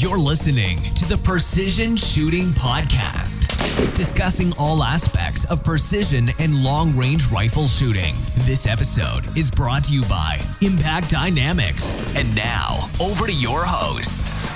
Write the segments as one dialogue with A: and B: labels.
A: You're listening to the Precision Shooting Podcast, discussing all aspects of precision and long range rifle shooting. This episode is brought to you by Impact Dynamics. And now, over to your hosts.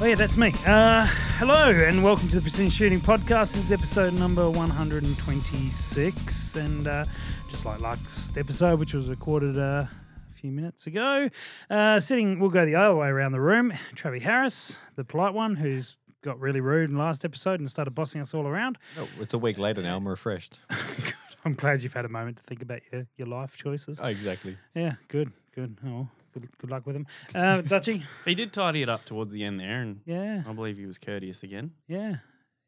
B: Oh yeah, that's me. Uh, hello and welcome to the Precision Shooting Podcast. This is episode number 126, and uh, just like last episode, which was recorded uh, a few minutes ago, uh, sitting we'll go the other way around the room. Travi Harris, the polite one, who's got really rude in last episode and started bossing us all around.
C: No, Oh, it's a week later now. I'm refreshed.
B: I'm glad you've had a moment to think about your, your life choices.
D: Oh.
C: exactly.
B: Yeah, good, good. Oh, good, good luck with them, uh, Dutchy.
D: He did tidy it up towards the end there, and
B: Yeah,
D: I believe he was courteous again.
B: yeah,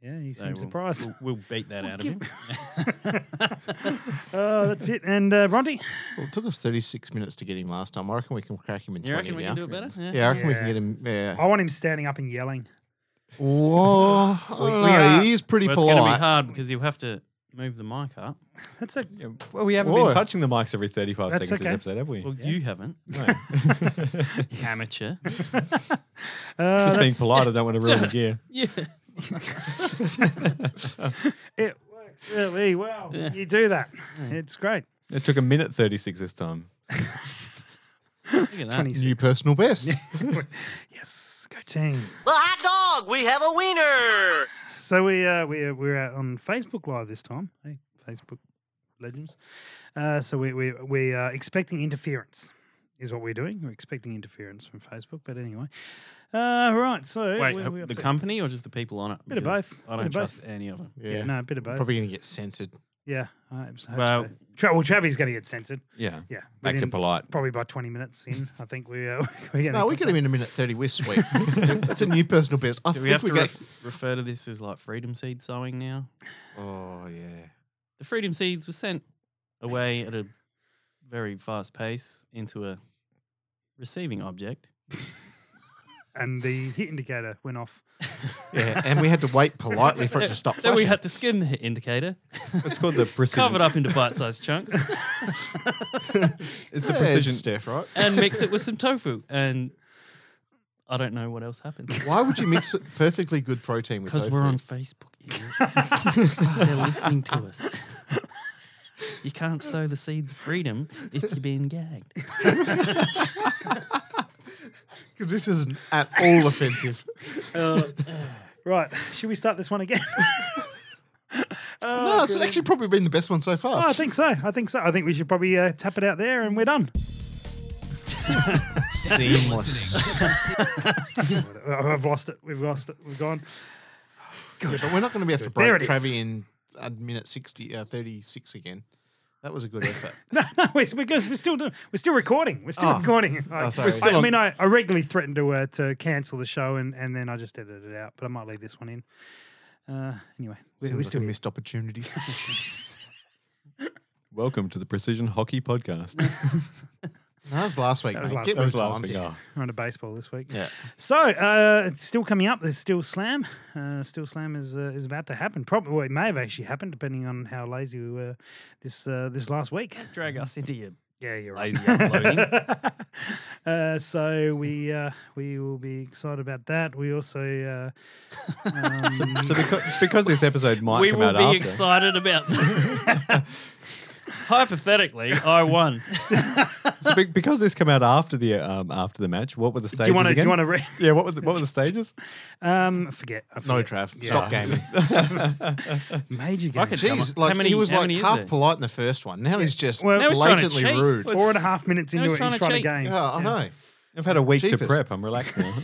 B: yeah. You
D: Oh. So
B: seem
D: we'll-
B: surprised.
D: We'll, we'll beat that out of him.
B: Oh, that's it. And uh, Bronte.
E: Well, it took us 36 minutes to get him last time. I reckon we can crack him in
D: You
E: 20
D: reckon we
E: now.
D: can do it better? Yeah.
E: Yeah, I reckon we can
B: Yeah.
E: get him. Yeah.
B: I want him standing up and yelling.
E: Whoa. I
D: We-
E: don't
D: we
E: know,
D: are-
E: he is pretty
D: Well, it's going to be
E: polite.
D: hard because you'll have to move the mic up.
B: That's a
C: Yeah, well, we haven't
E: Whoa.
C: been touching the mics every 35
B: That's
C: seconds this
B: okay.
C: episode, have we?
D: Well, you haven't,
C: no.
D: amateur.
C: Just being polite. I don't want to ruin the gear.
D: yeah.
B: it works really well. You do that. It's great.
C: It took a minute 36 this time.
D: Look at that.
E: New personal best.
B: Yes, go team.
F: Well, hot dog, we have a wiener.
B: So we uh, we uh, we're out on Facebook Live this time. Hey, Facebook Legends. Uh, so we we we are expecting interference. Is what we're doing. We're expecting interference from Facebook. But anyway, uh, right. So
D: Wait,
B: where
D: uh,
B: are we up
D: the
B: to?
D: company or just the people on it?
B: Bit of
D: Because
B: both.
D: I
B: Bit
D: don't
B: of both.
D: trust any of them.
B: yeah, no, a bit of both.
E: Probably going to get censored.
B: Yeah. I hope so.
D: Well-
B: Tra- well, Travi's going to get censored.
C: Yeah.
B: Yeah. we
C: Back to
B: didn't-
C: polite.
B: probably by 20 minutes in. I think we, uh, we're getting.
E: No, we get him in a minute 30. We're sweet. That's a new personal best. I
D: Do
E: think
D: we
E: we
D: have to
E: are
D: ref- refer to this as like freedom seed sowing now?
E: Oh, yeah.
D: The freedom seeds were sent away at a very fast pace into a receiving object.
B: And the hit indicator went off.
E: Yeah. And we had to wait politely for it to stop
D: Then we
E: flashing.
D: had to skin the hit indicator,
C: It's called the precision.
D: carve it up into bite-sized chunks,
C: It's the
E: Yeah, it's
C: precision.
E: Steph, right?
D: and mix it with some tofu. And I don't know what else happened
E: Why would you mix it perfectly good protein with
D: because
E: tofu?
D: we're on Facebook. idiot. They're listening to us. You can't sow the seeds of freedom if you're being gagged.
E: Because this isn't at all offensive.
B: Right. Should we start this one again?
D: Oh,
E: no, it's actually probably been the best one so far.
B: oh, I think so. I think so. I think we should probably uh, tap it out there and we're done.
E: Seamless.
B: Uh, I've lost it. We've lost it. We've gone.
E: Yeah, but we're not going to be able to
B: There it
E: break
B: is.
E: Travi in a minute 60, uh, 36 again. That was a good effort.
B: No, no, we're, we're, good. we're still doing, we're still recording. We're still
E: Oh.
B: recording. I,
E: sorry. We're
B: I,
E: still
B: I
E: on-
B: mean, I, I regularly threaten to uh, to cancel the show and, and then I just edited it out. But I might leave this one in. Uh, anyway, we're,
E: Seems
B: we're
E: like
B: still
E: a missed opportunity.
C: Welcome to the Precision Hockey Podcast.
E: that was last week.
B: That was
E: mate.
B: last-
E: Get
B: that
E: with
C: was
E: the
C: last
E: times.
C: week. Oh.
B: We're on to baseball this week.
E: Yeah.
B: So uh, it's still coming up. There's still slam. Uh, still slam is uh, is about to happen. Probably well, it may have actually happened, depending on how lazy we were this uh, this last week.
D: Drag us into your
B: Yeah, you're right.
D: lazy uploading.
B: uh, so we uh, we will be excited about that. We also uh, um,
C: So because, because this episode might
D: we
C: come
D: will
C: out
D: be
C: after,
D: excited about that. Hypothetically, I won.
C: so be- because this come out after the um, after the match, what were the stages
B: do you want to do
C: again?
B: you want to read?
C: yeah, what were the, what were the stages?
B: Um, I forget. I
E: No,
B: forget.
E: Trav. Stop gaming.
B: Major
D: I
B: game.
D: could-
E: Jeez,
D: How
E: like
D: many-
E: he was
D: how
E: like
D: many is
E: half
D: there?
E: polite in the first one. Now he's just
B: Well- Now
D: he's trying to
E: blatantly
D: cheat.
E: rude.
B: Four and a half minutes
D: Now
B: into
D: he's
B: it,
D: trying
B: he's
D: to
B: trying to
D: cheat.
B: game.
E: yeah, I know.
C: I've had a week to
E: Jeepers.
C: prep. I'm relaxed now.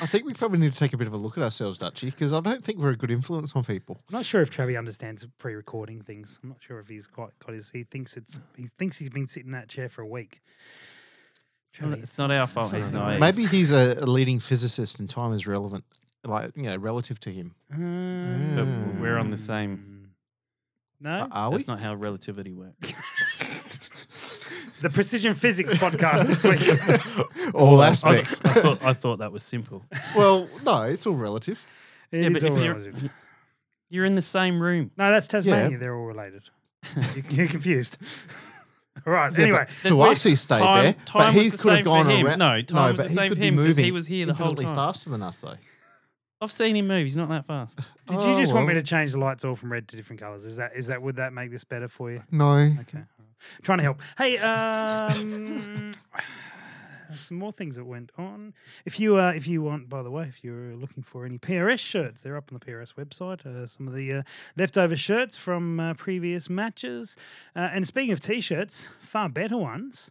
E: I think we probably need to take a bit of a look at ourselves, Dutchy, because I don't think we're a good influence on people.
B: I'm not sure if Travi understands pre-recording things. I'm not sure if he's quite got his. He thinks it's. He thinks he's been sitting in that chair for a week. Travi,
D: It's not our fault. He's not.
E: Maybe he's a, a leading physicist and time is relevant, like, you know, relative to him.
B: um,
D: But we're on the same.
B: no,
E: Are we?
D: That's not how relativity works.
B: the Precision Physics podcast this week.
E: All
D: I, I
E: aspects.
D: thought, I thought that was simple.
E: well, no, it's all relative.
B: It
D: Yeah,
B: is
D: but
B: all
D: if you're-
B: relative.
D: You're in the same room.
B: No, that's Tasmania. They're all related. You- You're confused. Right.
E: Yeah,
B: anyway,
E: but to us, he stayed
D: time-
E: there,
D: time
E: but
D: was
E: he
D: the
E: could have
D: same for
E: gone
D: him.
E: around.
D: No, time was
E: but
D: the
E: he
D: same
E: could
D: for
E: be
D: him 'cause he
E: moving
D: was here the whole
E: infinitely
D: time.
E: faster than us, though.
D: I've seen him move. He's not that fast.
B: did you
E: Oh,
B: just want me
E: well.
B: to change the lights all from red to different colors? Is that is that would that make this better for you?
E: No,
B: Okay. Trying to help. Hey, um, some more things that went on. If you uh, if you want, by the way, if you're looking for any PRS shirts, they're up on the PRS website. Uh, some of the uh, leftover shirts from uh, previous matches. Uh, and speaking of t-shirts, far better ones.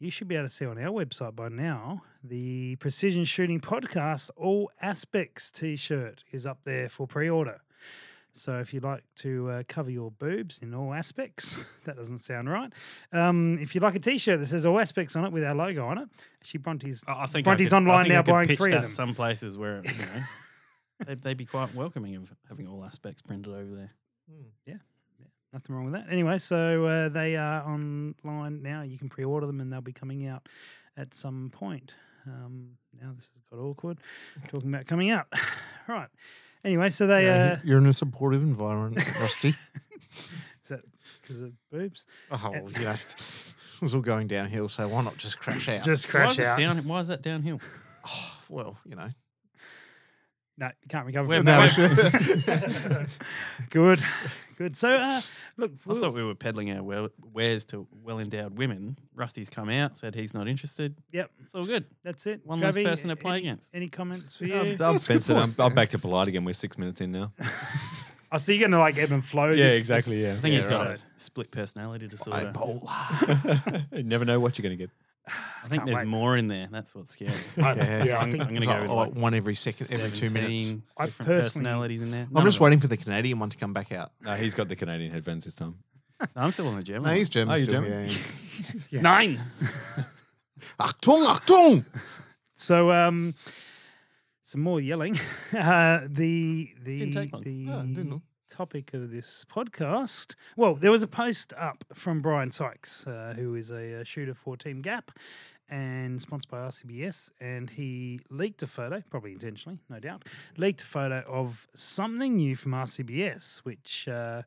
B: You should be able to see on our website by now. The Precision Shooting Podcast All Aspects T-shirt is up there for pre-order. So if you'd like to uh, cover your boobs in all aspects, that doesn't sound right. Um, if you'd like a T-shirt that says all aspects on it with our logo on it, actually Bronte's
G: I I think
B: Bronte's
G: I could,
B: online
G: I think
B: now
G: I could
B: buying
G: pitch
B: three of
G: that
B: them.
G: Some places where you know,
D: They'd, they'd be quite welcoming of having all aspects printed over there.
B: nothing wrong with that. Anyway, so uh, they are online now. You can pre-order them, and they'll be coming out at some point. Um, now this has got awkward talking about coming out. All right. Anyway, so they uh,
E: you're in a supportive environment, Rusty.
B: is that because of boobs?
E: oh, well, you know, it was all going downhill, so why not just crash out? Oh,
B: Just
D: why
B: crash
D: is it
B: out.
D: Down, why is that downhill?
E: well, you know,
B: No, you can't recover.
D: We're
B: from
D: back.
B: that. good, good. So, uh, look,
D: I
B: we'll-
D: thought we were peddling our well, wares to well endowed women. Rusty's come out, said he's not interested.
B: yep,
D: It's all good.
B: that's it.
D: One less
B: Gabby,
D: person to play
B: any-
D: against.
B: Any comments for
E: Um,
C: I'm,
B: you?
C: I'm,
E: That's a good
C: Benson, I'm,
E: point.
C: I'm back to polite again. We're six minutes in now.
B: I see you're gonna like ebb and flow.
C: yeah,
B: this-
C: exactly. Yeah.
D: I think he's got
B: right.
D: a split personality disorder.
E: bipolar.
C: Oh, you never know what you're going to get.
D: I think
B: Can't
D: there's
B: wait.
D: more in there. That's what's scary.
B: this- I, yeah,
E: Yeah,
B: I
D: I'm,
B: think
D: going to go with
E: oh,
D: like
E: one every second, every two minutes.
D: 17
B: I
D: Different
B: personally-
D: personalities in there.
E: I'm
D: None
E: just
D: of them.
E: waiting for the Canadian one to come back out.
C: No, he's got the Canadian headphones this time.
D: No, I'm still on the German.
E: No,
D: one.
E: he's German Ah,
C: Oh, you're
E: still.
C: German?
E: Yeah, yeah.
D: nine.
E: Achtung, Achtung!
B: so. Um, some more yelling. Uh, the the
D: Didn't take long.
B: the
E: Yeah, Ah, I didn't know.
B: topic of this podcast. Well, there was a post up from Brian Sykes, uh, who is a, uh shooter for Team Gap and sponsored by RCBS. And he leaked a photo, probably intentionally, no doubt, leaked a photo of something new from RCBS, which, uh,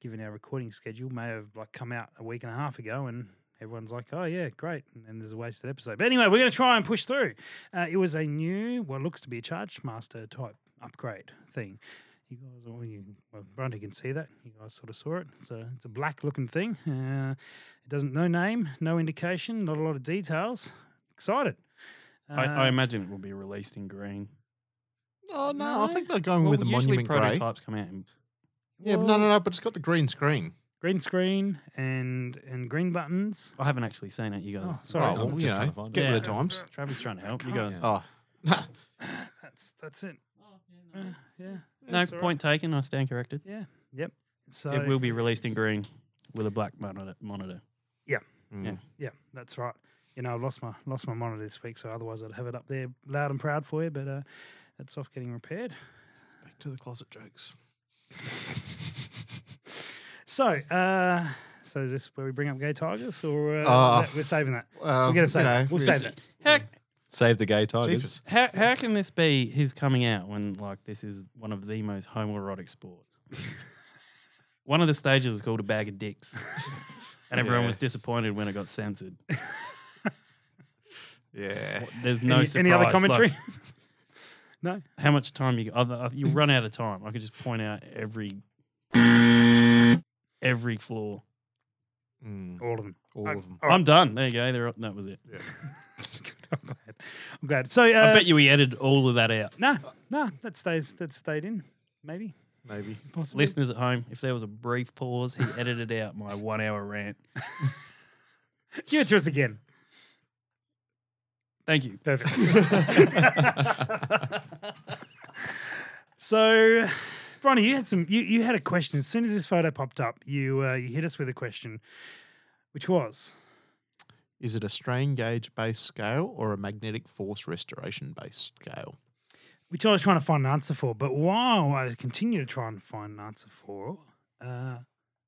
B: given our recording schedule, may have like come out a week and a half ago and. Everyone's like, oh, yeah, great. And then there's a wasted episode. But anyway, we're going to try and push through. Uh, it was a new, what looks to be a Charge Master type upgrade thing. You guys, all "Oh, you, well, Bronte can see that. You guys sort of saw it. It's a, it's a black looking thing. Uh, it doesn't, no name, no indication, not a lot of details. Excited. Uh,
D: I, I imagine it will be released in green.
E: Oh, no,
D: No.
E: I think they're going with the
D: usually
E: monument grey.
D: prototypes come out in
E: Yeah, but no, no, no, but it's got the green screen.
B: green screen and and green buttons.
D: I haven't actually seen it, you guys.
B: Oh,
E: Oh,
B: sorry.
E: well,
C: I'm
E: you
C: just trying
E: know,
C: to find
E: get
D: it.
E: with the times.
D: Travis trying to help you
B: can't-
D: guys.
E: Oh,
B: That's that's it. Uh, yeah,
D: no, point taken. I stand corrected.
B: yeah, yep. So
D: It will be released in green with a black monitor. monitor.
B: Yeah, that's right. You know, I've lost my lost my monitor this week, so otherwise I'd have it up there loud and proud for you. But uh, that's off getting repaired.
E: back to the closet jokes.
B: So, uh, so is this where we bring up gay tigers, or uh,
E: Uh,
B: is that- we're saving that?
E: Well,
B: we're gonna save.
E: Um, you
B: that.
E: know,
B: we'll
E: we-
B: save that.
D: Heck,
C: Save the gay
E: Jesus.
C: tigers.
D: How, how can this be his coming out when like this is one of the most homoerotic sports? one of the stages is called a bag of dicks, and everyone
E: Yeah.
D: was disappointed when it got censored.
E: Yeah.
D: There's no
B: any,
D: surprise.
B: any other
D: Like,
B: commentary? no.
D: how much time you other, uh, you run out of time? I could just point out every every flaw.
E: Mm,
B: All of them.
E: all of them.
B: Oh, All right.
D: I'm done. There you go. There, that was it.
B: I'm glad. I'm glad. So, uh,
D: I bet you he edited all of that out.
B: nah, nah, that stays that stayed in. Maybe
E: Maybe.
B: possibly.
D: Listeners at home, if there was a brief pause, he edited out my one hour rant.
B: Give it to us again.
D: Thank you.
B: Perfect. so, Bronny, you had some. You, you had a question as soon as this photo popped up. You uh, you hit us with a question, which was
E: Is it a strain gauge based scale or a magnetic force restoration based scale?
B: which I was trying to find an answer for. But while I continue to try and find an answer for, uh,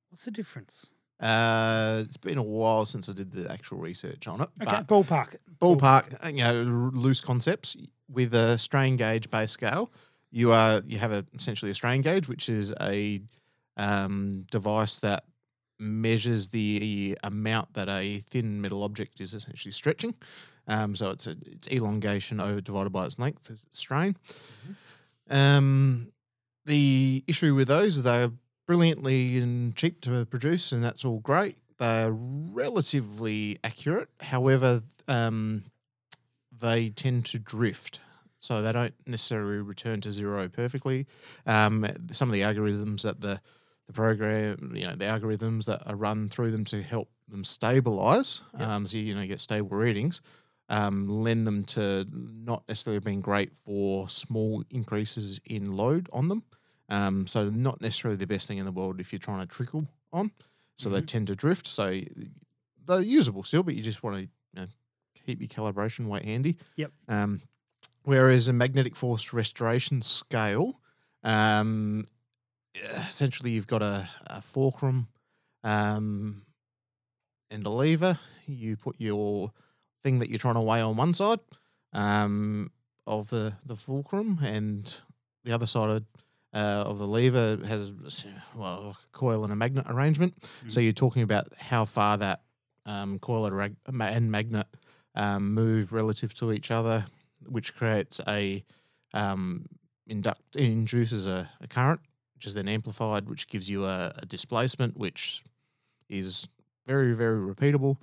B: what's the difference?
E: Uh, it's been a while since I did the actual research on it.
B: Okay,
E: but
B: ballpark. it.
E: ballpark, you know, r- loose concepts with a strain gauge based scale. You are you have a, essentially a strain gauge, which is a um, device that measures the amount that a thin metal object is essentially stretching. Um, so it's a, its elongation over divided by its length, is its strain. Um, the issue with those is they're brilliantly and cheap to produce, and that's all great. They're relatively accurate. However, um, they tend to drift. So they don't necessarily return to zero perfectly. Um, some of the algorithms that the the program, you know, the algorithms that are run through them to help them stabilize, um, so you know, you get stable readings, um, lend them to not necessarily being great for small increases in load on them. Um, so not necessarily the best thing in the world if you're trying to trickle on. So they tend to drift. So they're usable still, but you just want to you know, keep your calibration weight handy.
B: Yep.
E: Um, whereas a magnetic force restoration scale, um, essentially you've got a, a fulcrum um, and a lever. You put your thing that you're trying to weigh on one side um, of the, the fulcrum, and the other side of, uh, of the lever has well a coil and a magnet arrangement. So you're talking about how far that um, coil and rag- ma- and magnet um, move relative to each other, which creates a um, induct induces a, a current, which is then amplified, which gives you a, a displacement, which is very very repeatable,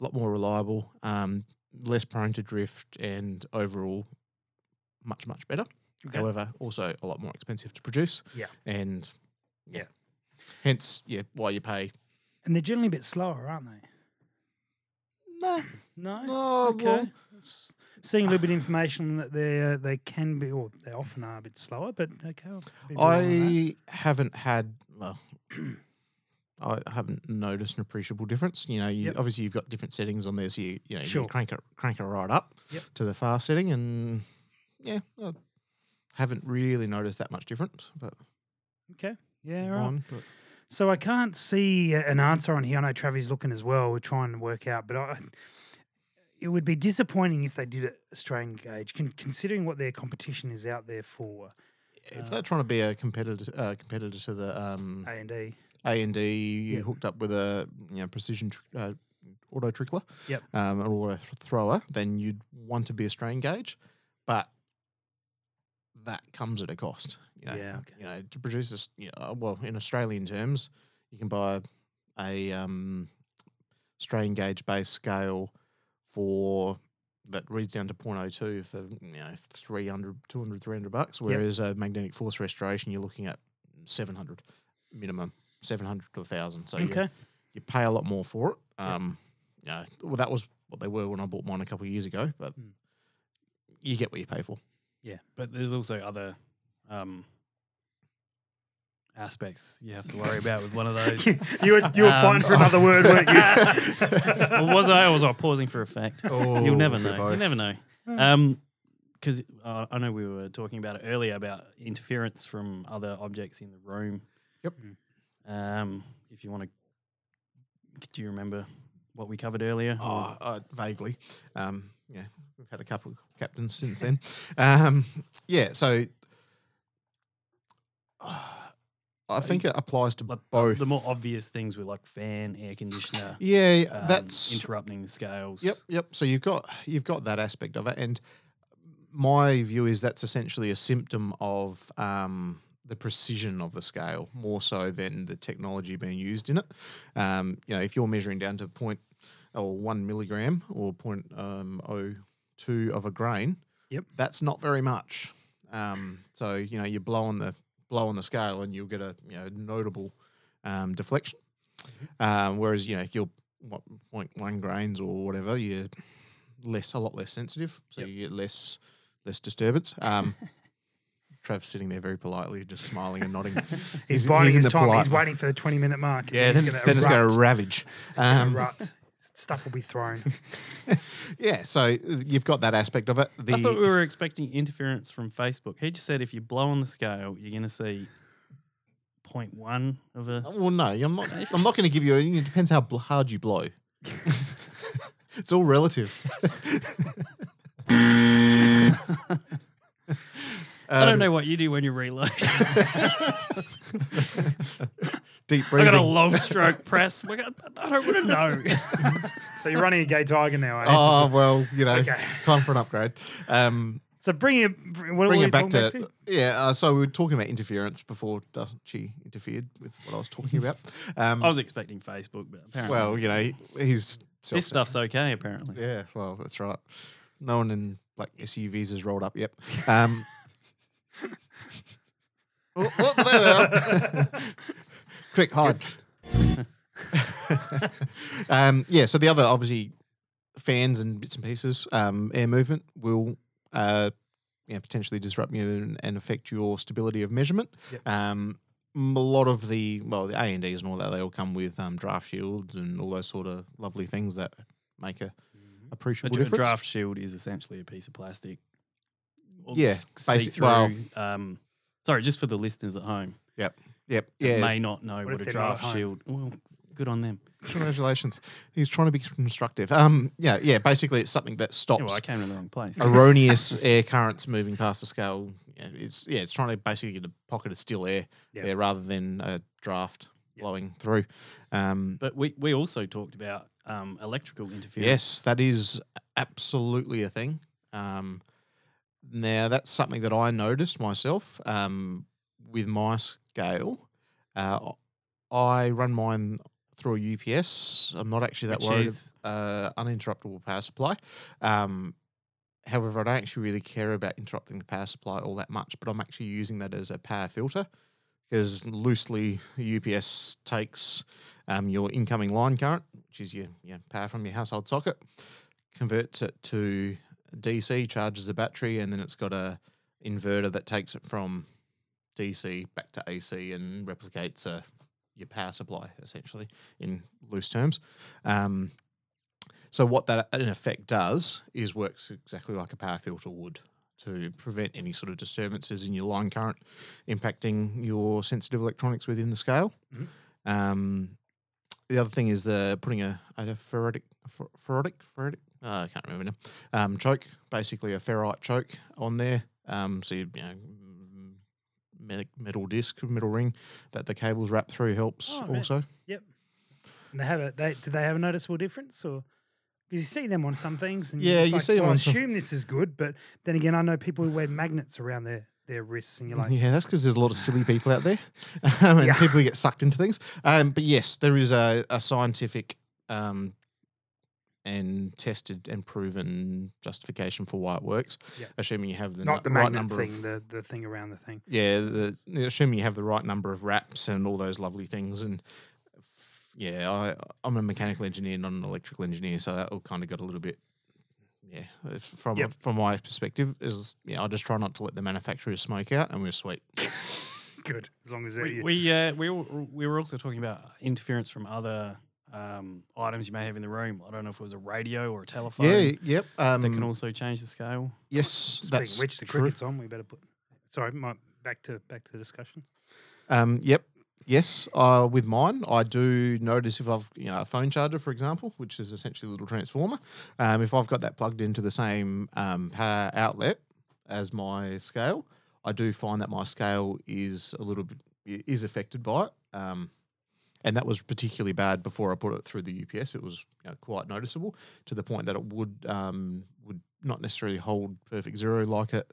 E: a lot more reliable, um, less prone to drift, and overall much much better.
B: Okay.
E: However, also a lot more expensive to produce.
B: Yeah.
E: and yeah,
B: Yeah.
E: hence yeah why you pay.
B: And they're generally a bit slower, aren't they?
E: No,
B: No.
E: no,
B: okay.
E: well,
B: S- Seeing a little bit of information that they uh, they can be, or they often are a bit slower, but okay. I'll be wrong on that.
E: I haven't had well. I haven't noticed an appreciable difference. You know, you,
B: Yep.
E: obviously you've got different settings on there, so you, you know
B: Sure.
E: you crank it crank it right up
B: Yep.
E: to the fast setting, and yeah, I haven't really noticed that much difference. But,
B: Okay. Yeah, right.
E: mine, but-
B: So I can't see a- an answer on here. I know Travis looking as well. We're trying to work out, but I, it would be disappointing if they did it Australian gauge, con- considering what their competition is out there for Uh,
E: if they're trying to be a competitor uh, competitor to the um,
B: A and E.
E: A and D
B: Yeah.
E: hooked up with a you know precision tr- uh, auto trickler,
B: Yep.
E: um, or auto th- thrower, then you'd want to be a strain gauge, but that comes at a cost. You know,
B: Yeah, okay.
E: you know to produce this. You know, uh, well, in Australian terms, you can buy a um, strain gauge base scale for that reads down to 0.02 for you know 300 200 300 bucks whereas a magnetic force restoration you're looking at 700 minimum 700 to 1000 so you,
B: Okay.
E: you pay a lot more for it um yeah well that was what they were when i bought mine a couple of years ago but
B: Mm.
E: you get what you pay for
D: But there's also other um, aspects you have to worry about with one of those.
B: you were you were
D: Um,
B: fighting for another word, weren't you?
D: Or was I? Or was I pausing for effect? You'll never
E: Oh,
D: know. You
E: both.
D: never know. Um, because uh, I know we were talking about it earlier about interference from other objects in the room.
E: Yep.
D: Um, if you want to, do you remember what we covered earlier?
E: Oh, uh, vaguely. Um, yeah, we've had a couple of captains since then. Um, yeah, so uh, I think it applies to
D: Like,
E: both.
D: The more obvious things were like fan, air conditioner.
E: yeah,
D: um,
E: that's
D: interrupting the scales.
E: Yep, yep. So you've got you've got that aspect of it, and my view is that's essentially a symptom of um, the precision of the scale more so than the technology being used in it. Um, you know, if you're measuring down to point or one milligram or point um, oh two of a grain,
B: Yep.
E: that's not very much. Um, so you know, you blow on the blow on the scale, and you'll get a you know notable um, deflection. Um, whereas you know if you're what, point one grains or whatever, you're less a lot less sensitive, so you get less less disturbance. Um, Trav's sitting there very politely, just smiling and nodding. he's,
B: He's biding
E: in
B: his
E: the
B: time.
E: polite-
B: He's waiting for the twenty minute mark. and
E: Yeah, then,
B: he's gonna
E: then it's going to
B: erupt,
E: ravage. Um,
B: erupt. Stuff will be thrown.
E: yeah, so uh, you've got that aspect of it. The,
D: I thought we were expecting interference from Facebook. He just said if you blow on the scale, you're going to see 0.1 of a.
E: Well, no, I'm not. I'm not going to give you. any- It depends how bl- hard you blow. it's all relative. Um,
D: I don't know what you do when you reload.
E: Do
C: deep
D: I
C: breathing.
D: got a long stroke press. We're gonna- I don't want to know.
B: So you're running a gay tiger now. eh?
E: Oh well, you know,
B: Okay.
E: time for an upgrade. Um,
B: so bring it. Bring, what
E: bring
B: were
E: it
B: we
E: back
B: talking
E: to, yeah. Uh, so we were talking about interference before she interfered with what I was talking about. Um,
D: I was expecting Facebook, but apparently
E: well, you know, he-
D: this
E: he's self-
D: stuff's okay. Apparently,
E: Yeah, well, that's right. No one in like SUVs has rolled up. Yep. Um, oh, oh, there they are. Quick hide. um, yeah. So the other obviously fans and bits and pieces, um, air movement will. Uh, you know, potentially disrupt you and, and affect your stability of measurement. Um, m- a lot of the well, the A and Ds and all that they all come with um, draft shields and all those sort of lovely things that make a
D: a,
E: appreciable
D: dra-
E: difference.
D: draft shield is essentially a piece of plastic. Or
E: Yeah,
D: s-
E: basi-
D: see-through.
E: well-
D: um, sorry, just for the listeners at home,
E: Yep.
D: that
E: Yeah.
D: may not know
B: What
D: what,
B: if
D: a
B: they're not at
D: draft
B: home?
D: shield. Well, good on them.
E: Congratulations. He's trying to be constructive. Um. Yeah. Yeah. Basically, it's something that stops
D: Yeah, well, I came to the wrong place.
E: Oh. erroneous air currents moving past the scale. Yeah, it's yeah. It's trying to basically get a pocket of still air
B: Yep.
E: there rather than a draft blowing through. Um.
D: But we, we also talked about um, electrical interference.
E: Yes, that is absolutely a thing. Um, now that's something that I noticed myself um, with my scale. Uh, I run mine through a UPS. I'm not actually that
D: Which
E: worried.
D: is-
E: Uh, uninterruptible power supply. Um, however, I don't actually really care about interrupting the power supply all that much. But I'm actually using that as a power filter because loosely UPS takes um, your incoming line current, which is your, your power from your household socket, converts it to DC, charges the battery, and then it's got a inverter that takes it from DC back to AC and replicates uh, your power supply essentially in loose terms. Um, so what that in effect does is works exactly like a power filter would to prevent any sort of disturbances in your line current impacting your sensitive electronics within the scale.
B: Mhm.
E: Um, the other thing is the putting a, a ferritic, fer- ferritic, ferritic, uh, I can't remember now, um, choke, basically a ferrite choke on there. Um, so you, you know, m- metal- metal disc, metal ring that the cables wrap through helps
B: Oh, right.
E: also.
B: And they have a, they, do they have a noticeable difference or? Because you see them on some things, and
E: Yeah,
B: you're
E: you
B: just
E: see
B: like,
E: them
B: "Well, I
E: on some-
B: assume this is good, but then again, I know people who wear magnets around their their wrists, and you're like,
E: yeah, that's because there's a lot of silly people out there, um, and
B: Yeah.
E: people get sucked into things. Um, but yes, there is a, a scientific um, and tested and proven justification for why it works.
B: Yeah.
E: Assuming you have the
B: not the
E: nu- right
B: magnet
E: number of-
B: thing, the the thing around the thing.
E: yeah, the, assuming you have the right number of wraps and all those lovely things. And yeah, I, I'm a mechanical engineer, not an electrical engineer, so that all kind of got a little bit. Yeah, if- from
B: Yep.
E: from my perspective, is yeah, I just try not to let the manufacturers smoke out, and we're sweet.
B: Good, as long as they're
D: We
B: you.
D: we, uh, we were- we were also talking about interference from other um, items you may have in the room. I don't know if it was a radio or a telephone.
E: Yeah, yep. Um,
D: That can also change the scale.
E: yes,
B: Speaking
E: that's
B: of which the
E: true.
B: cricket's on. We better put. Sorry, my, back to back to the discussion.
E: Um, yep. Yes, uh, with mine, I do notice if I've, you know, a phone charger, for example, which is essentially a little transformer, um, if I've got that plugged into the same um, power outlet as my scale, I do find that my scale is a little bit, i- is affected by it. Um, and that was particularly bad before I put it through the UPS. It was you know, quite noticeable to the point that it would um, would not necessarily hold perfect zero like it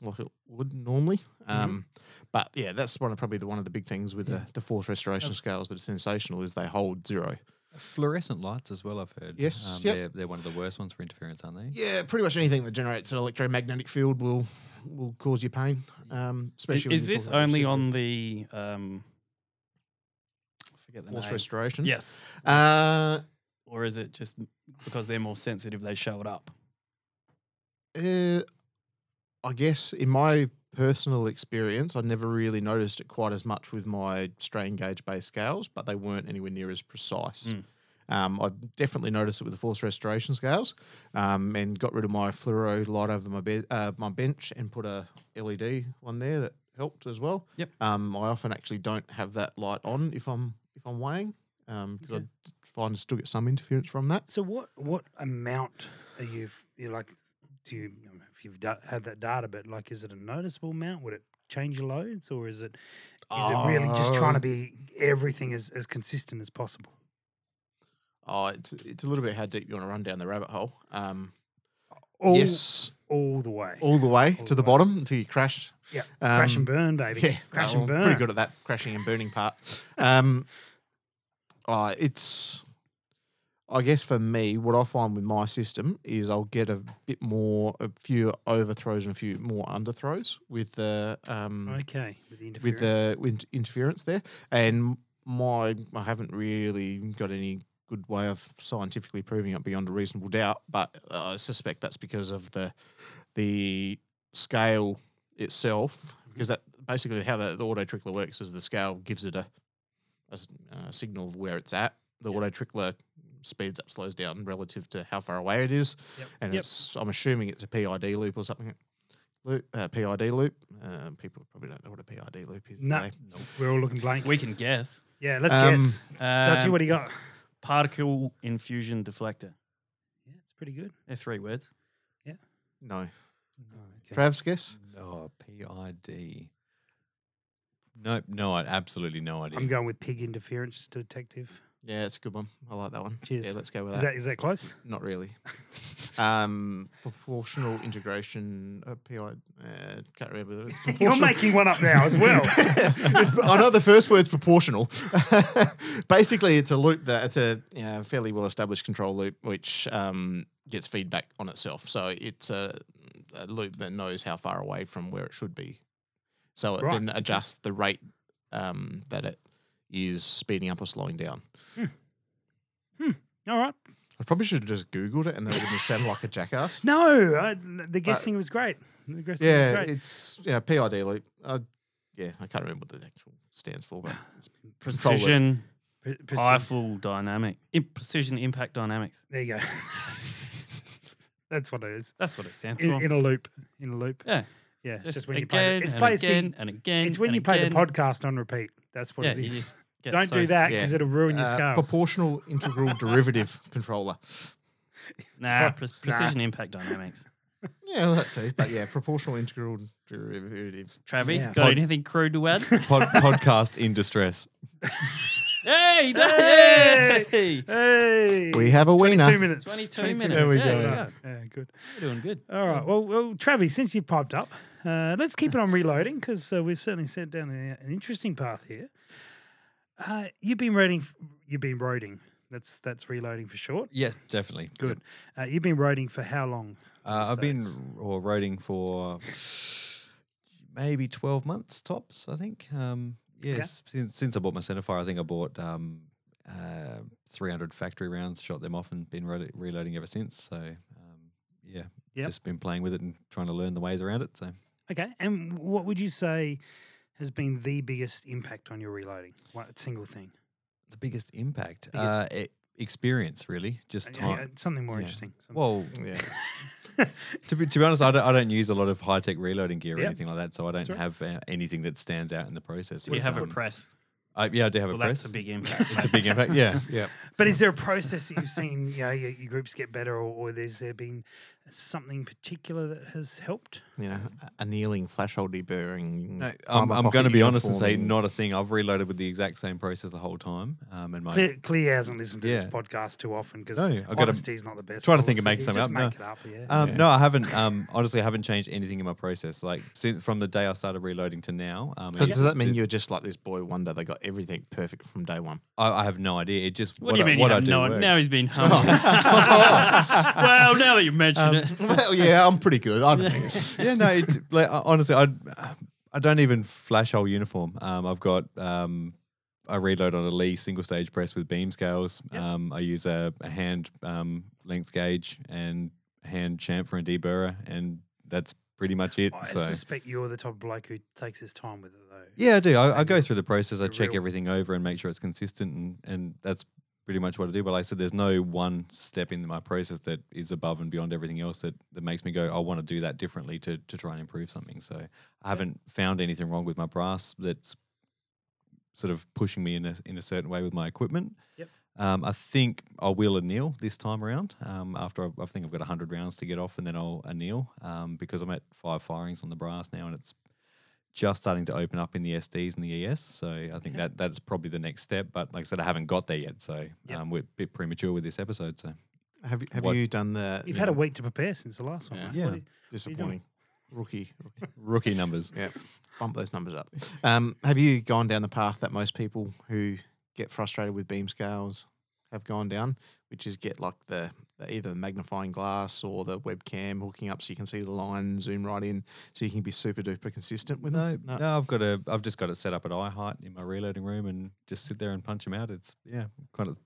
E: like it would normally. Um, But yeah, that's one of probably the one of the big things with the, the force restoration scales that are sensational is they hold zero.
G: Fluorescent lights as well, I've heard.
E: Yes,
G: Um,
E: yep.
G: they're, they're one of the worst ones for interference, aren't they?
E: Yeah, pretty much anything that generates an electromagnetic field will will cause you pain. Um,
D: I-
E: especially when
D: Is
E: you're
D: this
E: talking about
D: only
E: receiving
D: on the? Um, I forget the
E: force
D: name.
E: restoration?
D: Yes,
E: Uh,
D: or is it just because they're more sensitive? They show it up.
E: Uh, I guess in my personal experience, I never really noticed it quite as much with my strain gauge based scales, but they weren't anywhere near as precise.
D: Mm.
E: Um, I definitely noticed it with the force restoration scales, um, and got rid of my fluoro light over my bed, uh, my bench, and put a LED one there that helped as well.
D: Yep.
E: Um, I often actually don't have that light on if I'm if I'm weighing, because I
B: Okay.
E: d- find I still get some interference from that.
B: So what what amount are you f- you like? Do you I don't know if you've da- had that data? But like, is it a noticeable amount? Would it change your loads, or is it is it really just trying to
E: Oh.
B: be everything as, as consistent as possible?
E: Oh, it's it's a little bit how deep you want to run down the rabbit hole. Um,
B: All,
E: yes,
B: all the way.
E: all the way
B: All
E: to
B: the
E: the
B: way.
E: bottom until you crash.
B: yeah, crash and
E: um,
B: burn, baby.
E: Yeah,
B: crash
E: well,
B: and burn.
E: Pretty good at that crashing and burning part. Um, uh, it's, I guess for me, what I find with my system is I'll get a bit more, a few overthrows and a few more underthrows with the um,
B: Okay, with the
E: with
B: interference.
E: the with interference there. And my I haven't really got any good way of scientifically proving it beyond a reasonable doubt, but uh, I suspect that's because of the the scale itself, because that basically how the, the auto trickler works is the scale gives it a a s- uh, signal of where it's at. The auto trickler speeds up, slows down relative to how far away it is,
B: Yep.
E: and
B: Yep.
E: it's I'm assuming it's a PID loop or something. Loop, uh, PID loop. Uh, people probably don't know what a PID loop is. do
B: No.
E: they?
B: We're all looking blank.
D: We can guess.
B: yeah, let's
E: Um,
B: guess. Dutchy,
D: Um,
B: what do you got?
D: Particle infusion deflector.
B: Yeah, it's pretty good. Oh,
D: They're three words.
E: no.
B: Okay.
E: Trav's guess.
G: Oh, PID. Nope, no, I absolutely no idea.
B: I'm going with pig interference detective.
E: Yeah, it's a good one. I like that one. Yeah,
B: Cheers.
E: let's go with
B: Is
E: that.
B: that is that close?
E: Not really. um, proportional integration. Uh, PI. Uh, can't remember. whether It's
B: You're
E: proportional-
B: making one up now as well.
E: It's- I know the first word's proportional. Basically, it's a loop that it's a you know, fairly well established control loop which um, gets feedback on itself. So it's a, a loop that knows how far away from where it should be. So it
B: Right,
E: then adjusts the rate um, that it is speeding up or slowing down.
B: all right.
E: I probably should have just Googled it and then it wouldn't have sounded like a jackass.
B: No, I, the guessing was great. The guessing was
E: Yeah,
B: great.
E: it's yeah PID loop. Uh, yeah, I can't remember what the actual stands for, but it's control loop.
D: Precision,
B: Pre- preci-
D: powerful dynamic. Im- precision impact dynamics.
B: There you go. That's what it is.
D: That's what it stands
B: In,
D: for.
B: in a loop. In a loop.
D: yeah.
B: Yeah, it's just,
D: Just,
B: when you play.
D: again,
B: The, it's
D: and
B: play
D: again
B: again,
D: and again.
B: It's when
D: and
B: you play
D: again.
B: the podcast on repeat. That's what
D: Yeah,
B: it
D: you
B: is.
D: just get
B: Don't
D: so
B: do that
E: Yeah.
B: because it'll ruin your
E: Uh,
B: scales.
E: proportional integral derivative controller.
D: Nah,
B: Sorry.
D: pre- precision impact dynamics.
E: Yeah, well, that too. But yeah, proportional integral derivative.
D: Travi,
B: Yeah.
D: got anything crude to add?
G: Pod, podcast in distress.
D: hey, that- hey!
B: Hey,
E: We have a
B: two
E: winner.
B: minutes.
D: 22
B: 22
D: minutes.
E: There we
D: yeah,
E: go.
D: yeah.
B: Yeah, good.
D: We're doing good.
B: All right. Well, well Travis, since you've piped up, uh, let's keep it on reloading because uh, we've certainly set down a, an interesting path here. Uh, you've been reading. You've been roading. That's that's reloading for short.
G: Yes, definitely.
B: Good. Uh, you've been roading for how long?
G: Uh, I've been
B: States.
G: r- or roading for maybe 12 months tops, I think. Um, yes, since, since I bought my centerfire, I think I bought um, uh, 300 factory rounds, shot them off, and been relo- reloading ever since. So, um, yeah,
B: Yep.
G: just been playing with it and trying to learn the ways around it. So,
B: Okay. And what would you say has been the biggest impact on your reloading? What single thing?
G: the biggest impact,
B: Biggest-
G: Uh, e- experience, really, just
B: Yeah,
G: time.
B: yeah, something more
G: yeah.
B: interesting. Something-
G: Well,
E: Yeah.
G: to be, to be honest, I don't, I don't use a lot of high tech reloading gear or
B: Yeah.
G: anything like that, so I don't
B: right.
G: have uh, anything that stands out in the process.
D: Do you
G: It's,
D: have a
G: um,
D: press?
G: I, yeah, I do have
D: Well,
G: a press.
D: that's a big impact.
G: it's a big impact. Yeah, yeah.
B: But is there a process that you've seen? You know, your, your groups get better, or, or there's there been something particular that has helped?
E: You know, a- annealing, flash hole deburring.
G: No, I'm,
E: armor
G: I'm going to
E: pocket
G: be honest and say
E: uniforming.
G: not a thing. I've reloaded with the exact same process the whole time, um, and my
B: Clear, Clear hasn't listened to this
G: Yeah.
B: podcast too often because
G: No, I gotta-
B: honesty is not the best.
G: trying to think of
B: policy.
G: making something
B: Just
G: up,
B: Make it up, yeah.
G: Um, No, I haven't. Um, honestly, I haven't changed anything in my process. Like since from the day I started reloading to now, um,
E: So
G: it-
E: does that mean
G: it-
E: you're just like this boy wonder? They got everything perfect from day one.
G: I, I have no idea. It just
D: What, do you
G: I,
D: mean?
G: What
D: you
G: I
D: have
G: do
D: no,
G: works.
D: now he's been humble. well, now that you mention it,
E: well, yeah, I'm pretty good. I don't think.
G: yeah, no. It's, like, uh, honestly, I I don't even flash hole uniform. Um, I've got um, I reload on a Lee single stage press with beam scales. Um, I use a, a hand um, length gauge and hand chamfer and deburrer, and that's pretty much it.
B: I
G: so.
B: suspect you're Oh, the type of bloke who takes his time with it, though.
G: Yeah, I do. I, I go through the process. I
B: the
G: check
B: real-
G: everything over and make sure it's consistent, and, and that's pretty much what I do. But like I said, there's no one step in my process that is above and beyond everything else that, that makes me go, I want to do that differently to, to try and improve something. So I haven't found anything wrong with my brass that's sort of pushing me in a, in a certain way with my equipment.
B: Yep.
G: Um, I think I will anneal this time around. Um, after I, I think I've got 100 rounds to get off, and then I'll anneal um, because I'm at five firings on the brass now, and it's just starting to open up in the SDs and the ES. So I think that that's probably the next step. But like I said, I haven't got there yet. So um, we're a bit premature with this episode. So
E: Have you have
G: What-
E: you done the?
B: You've
E: the
B: had a week to prepare since the last one.
E: Yeah.
B: right?
G: Yeah.
B: What do
E: disappointing rookie. rookie.
G: rookie numbers.
E: Yeah, bump those numbers up. Um, have you gone down the path that most people who get frustrated with beam scales have gone down, which is get like the, the either magnifying glass or the webcam hooking up so you can see the line, zoom right in, so you can be super duper consistent with
G: No,
E: them?
G: no, I've got a, I've just got it set up at eye height in my reloading room and just sit there and punch them out. It's yeah, kind of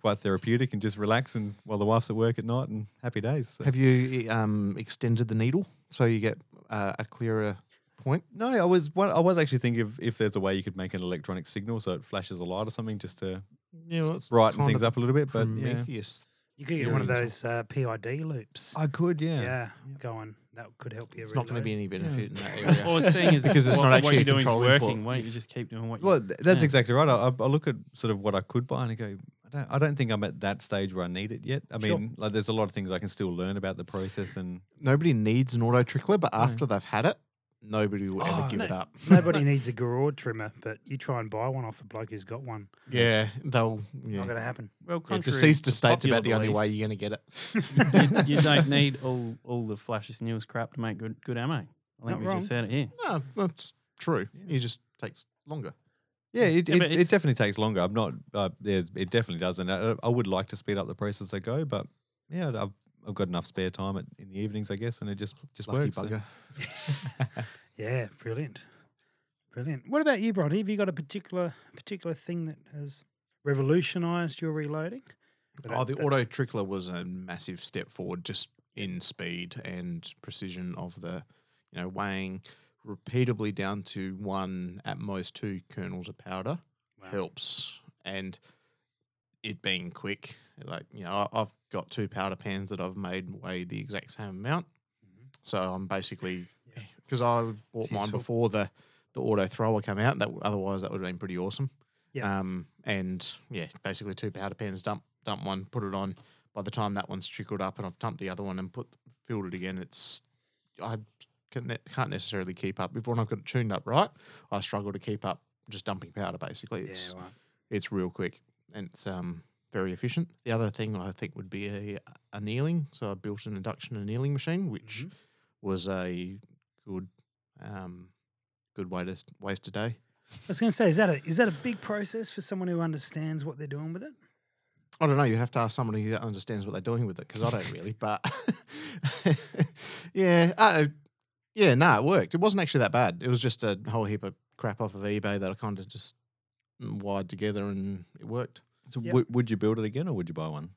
G: quite therapeutic and just relax and while the wife's at work at night and happy days. So.
E: Have you i- um, extended the needle so you get uh, a clearer point?
G: No, I was one- I was actually thinking if, if there's a way you could make an electronic signal so it flashes a light or something just to
E: Yeah,
G: s- brighten things up a little bit. But yeah,
E: Prometheus.
B: You could get one of
E: Yeah.
B: those uh, PID loops.
G: I could. Oh, Yeah.
B: yeah, go on. That could help you.
E: It's not going to
B: reload.
E: be any benefit in that area.
D: Or seeing as
E: Because it's
D: what,
E: not
D: what
E: actually
D: you're
E: a
D: doing is
E: control
D: working,
E: input.
D: why don't you just keep doing what you
G: Well, th- that's
D: Yeah.
G: exactly right. I, I I look at sort of what I could buy and I go. I don't, I don't think I'm at that stage where I need it yet. I
B: Sure.
G: mean, like, there's a lot of things I can still learn about the process, and
E: Nobody needs an auto trickler, but after they've had it, nobody will ever
B: Mm. Oh,
E: give
B: no.
E: it up.
B: Nobody needs a garage trimmer, but you try and buy one off a bloke who's got one.
E: Yeah, they'll. Yeah.
B: Not going to happen.
D: Well,
E: Yeah,
D: contrary
E: deceased
D: to
E: estate's
D: popular
E: about the only
D: belief,
E: way you're going to get it.
D: you, you don't need all all the flashiest newest crap to make good good ammo. I think
B: Not
D: we
B: wrong.
D: just said it here.
E: no, Ah, that's true. It just takes longer.
G: yeah, it,
D: Yeah,
G: it,
D: but
G: it
D: it's-
G: definitely takes longer. I'm not. Uh, yeah, it definitely does, and I, I would like to speed up the process I go, but yeah, I've I've got enough spare time at, in the evenings, I guess, and it just just
E: Lucky
G: works. so-
D: uh,
E: bugger.
B: Yeah, brilliant, brilliant. What about you, Bronny? Have you got a particular particular thing that has revolutionised your reloading? But
E: Oh,
B: that-
E: the
B: that's-
E: auto trickler was a massive step forward, just in speed and precision of the, you know, weighing repeatably down to one at most two kernels of powder helps, and it being quick. Like you know, I, I've got two powder pans that I've made weigh the exact same amount,
B: Mm-hmm.
E: so I'm basically because I bought mine
B: useful.
E: before the the auto thrower came out. That otherwise that would have been pretty awesome.
B: Yeah.
E: Um, and yeah, basically two powder pans, dump dump one, put it on. By the time that one's trickled up and I've dumped the other one and put filled it again, it's I can ne- can't necessarily keep up. If when I've got it tuned up right, I struggle to keep up just dumping powder. Basically,
B: Yeah,
E: it's
B: right.
E: it's real quick and it's um very efficient. The other thing I think would be a annealing. So I built an induction annealing machine, which
B: Mhm.
E: was a good um good way to s- waste a day.
B: I was going to say, is that a is that a big process for someone who understands what they're doing with it?
E: I don't know. You'd have to ask somebody who understands what they're doing with it because I don't really. But yeah, uh, yeah, no, it worked. It wasn't actually that bad. It was just a whole heap of crap off of eBay that I kind of just mm, wired together and it worked.
G: So,
B: Yep.
G: would would you build it again, or would you buy one?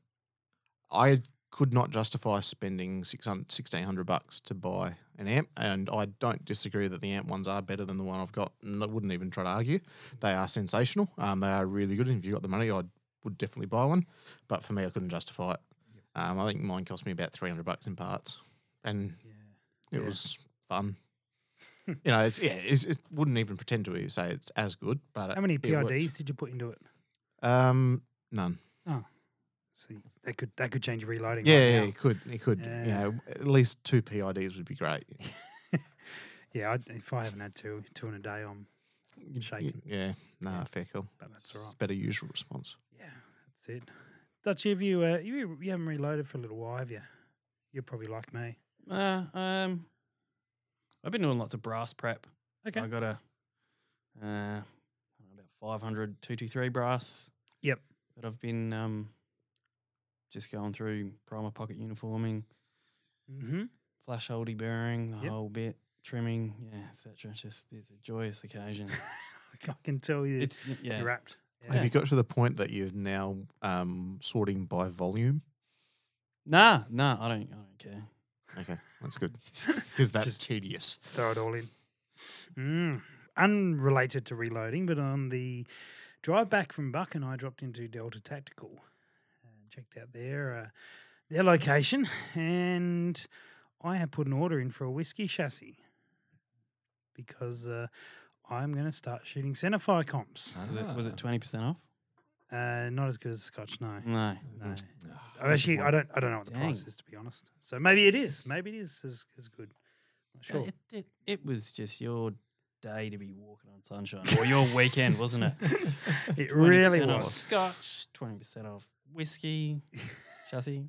E: I could not justify spending 600 1600 bucks to buy an amp and I don't disagree that the amp ones are better than the one I've got and I wouldn't even try to argue they are sensational um, they are really good and if you got the money I would definitely buy one but for me I couldn't justify it um, I think mine cost me about 300 bucks in parts and it
B: Yeah.
E: was fun you know it's yeah it's, it wouldn't even pretend to be say it's as good but
B: How many
E: it works.
B: PIDs did you put into it?
E: um none
B: See, that could that could change your reloading. right
E: yeah, yeah,
B: now.
E: it could it could
B: Yeah.
E: you know at least two PIDs would be great
B: Yeah, I, if I haven't had two two in a day, I'm
E: Y-
B: shaken.
E: Yeah, nah, fair call.
B: But that's all
E: It's
B: right.
E: better usual response.
B: yeah, that's it. Dutchie, have you uh, you you haven't reloaded for a little while, have you? You're probably like me.
D: Uh, um, I've been doing lots of brass prep.
B: Okay.
D: I got a uh, about 500 223 brass.
B: Yep.
D: That I've been um, just going through primer pocket uniforming,
B: Mm-hmm.
D: flash holdy bearing, the
B: Yep.
D: whole bit, trimming, yeah, etc. It's just it's a joyous occasion.
B: I can tell you,
D: it's y- yeah.
B: you're wrapped.
E: Have
D: Yeah.
E: you got to the point that you're now um, sorting by volume?
D: Nah, nah, I don't I don't care.
E: Okay, that's good because that's tedious.
B: Throw it all in. Mm. Unrelated to reloading, but on the drive back from Buck and I dropped into Delta Tactical and checked out their uh, their location, and I have put an order in for a whiskey chassis because uh, I'm going to start shooting centerfire comps.
D: Was it
B: Ah.
D: was it 20% off?
B: Uh, not as good as Scotch, no.
D: No.
B: No. I actually, I don't, I don't know what the price
D: Mm, Dang.
B: is to be honest. So maybe it is. Maybe it is as, as good. Not
D: Uh,
B: sure.
D: It, it, it was just your day to be walking on sunshine or your weekend, wasn't it?
B: It
D: 20%
B: really
D: off
B: was.
D: Scotch, 20% off whiskey, chassis.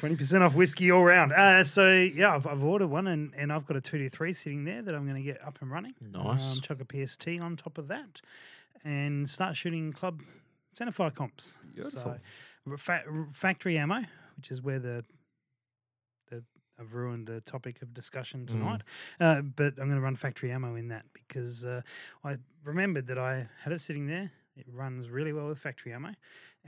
B: Twenty percent off whiskey all round. Uh, so yeah, I've, I've ordered one, and, and I've got a two to three sitting there that I'm going to get up and running.
E: Nice.
B: Um, chuck a PST on top of that, and start shooting club centerfire comps.
G: Beautiful.
B: So, r- fa- r- factory ammo, which is where the the I've ruined the topic of discussion
E: Mm.
B: tonight, uh, but I'm going to run factory ammo in that because uh, I remembered that I had it sitting there. It runs really well with factory ammo,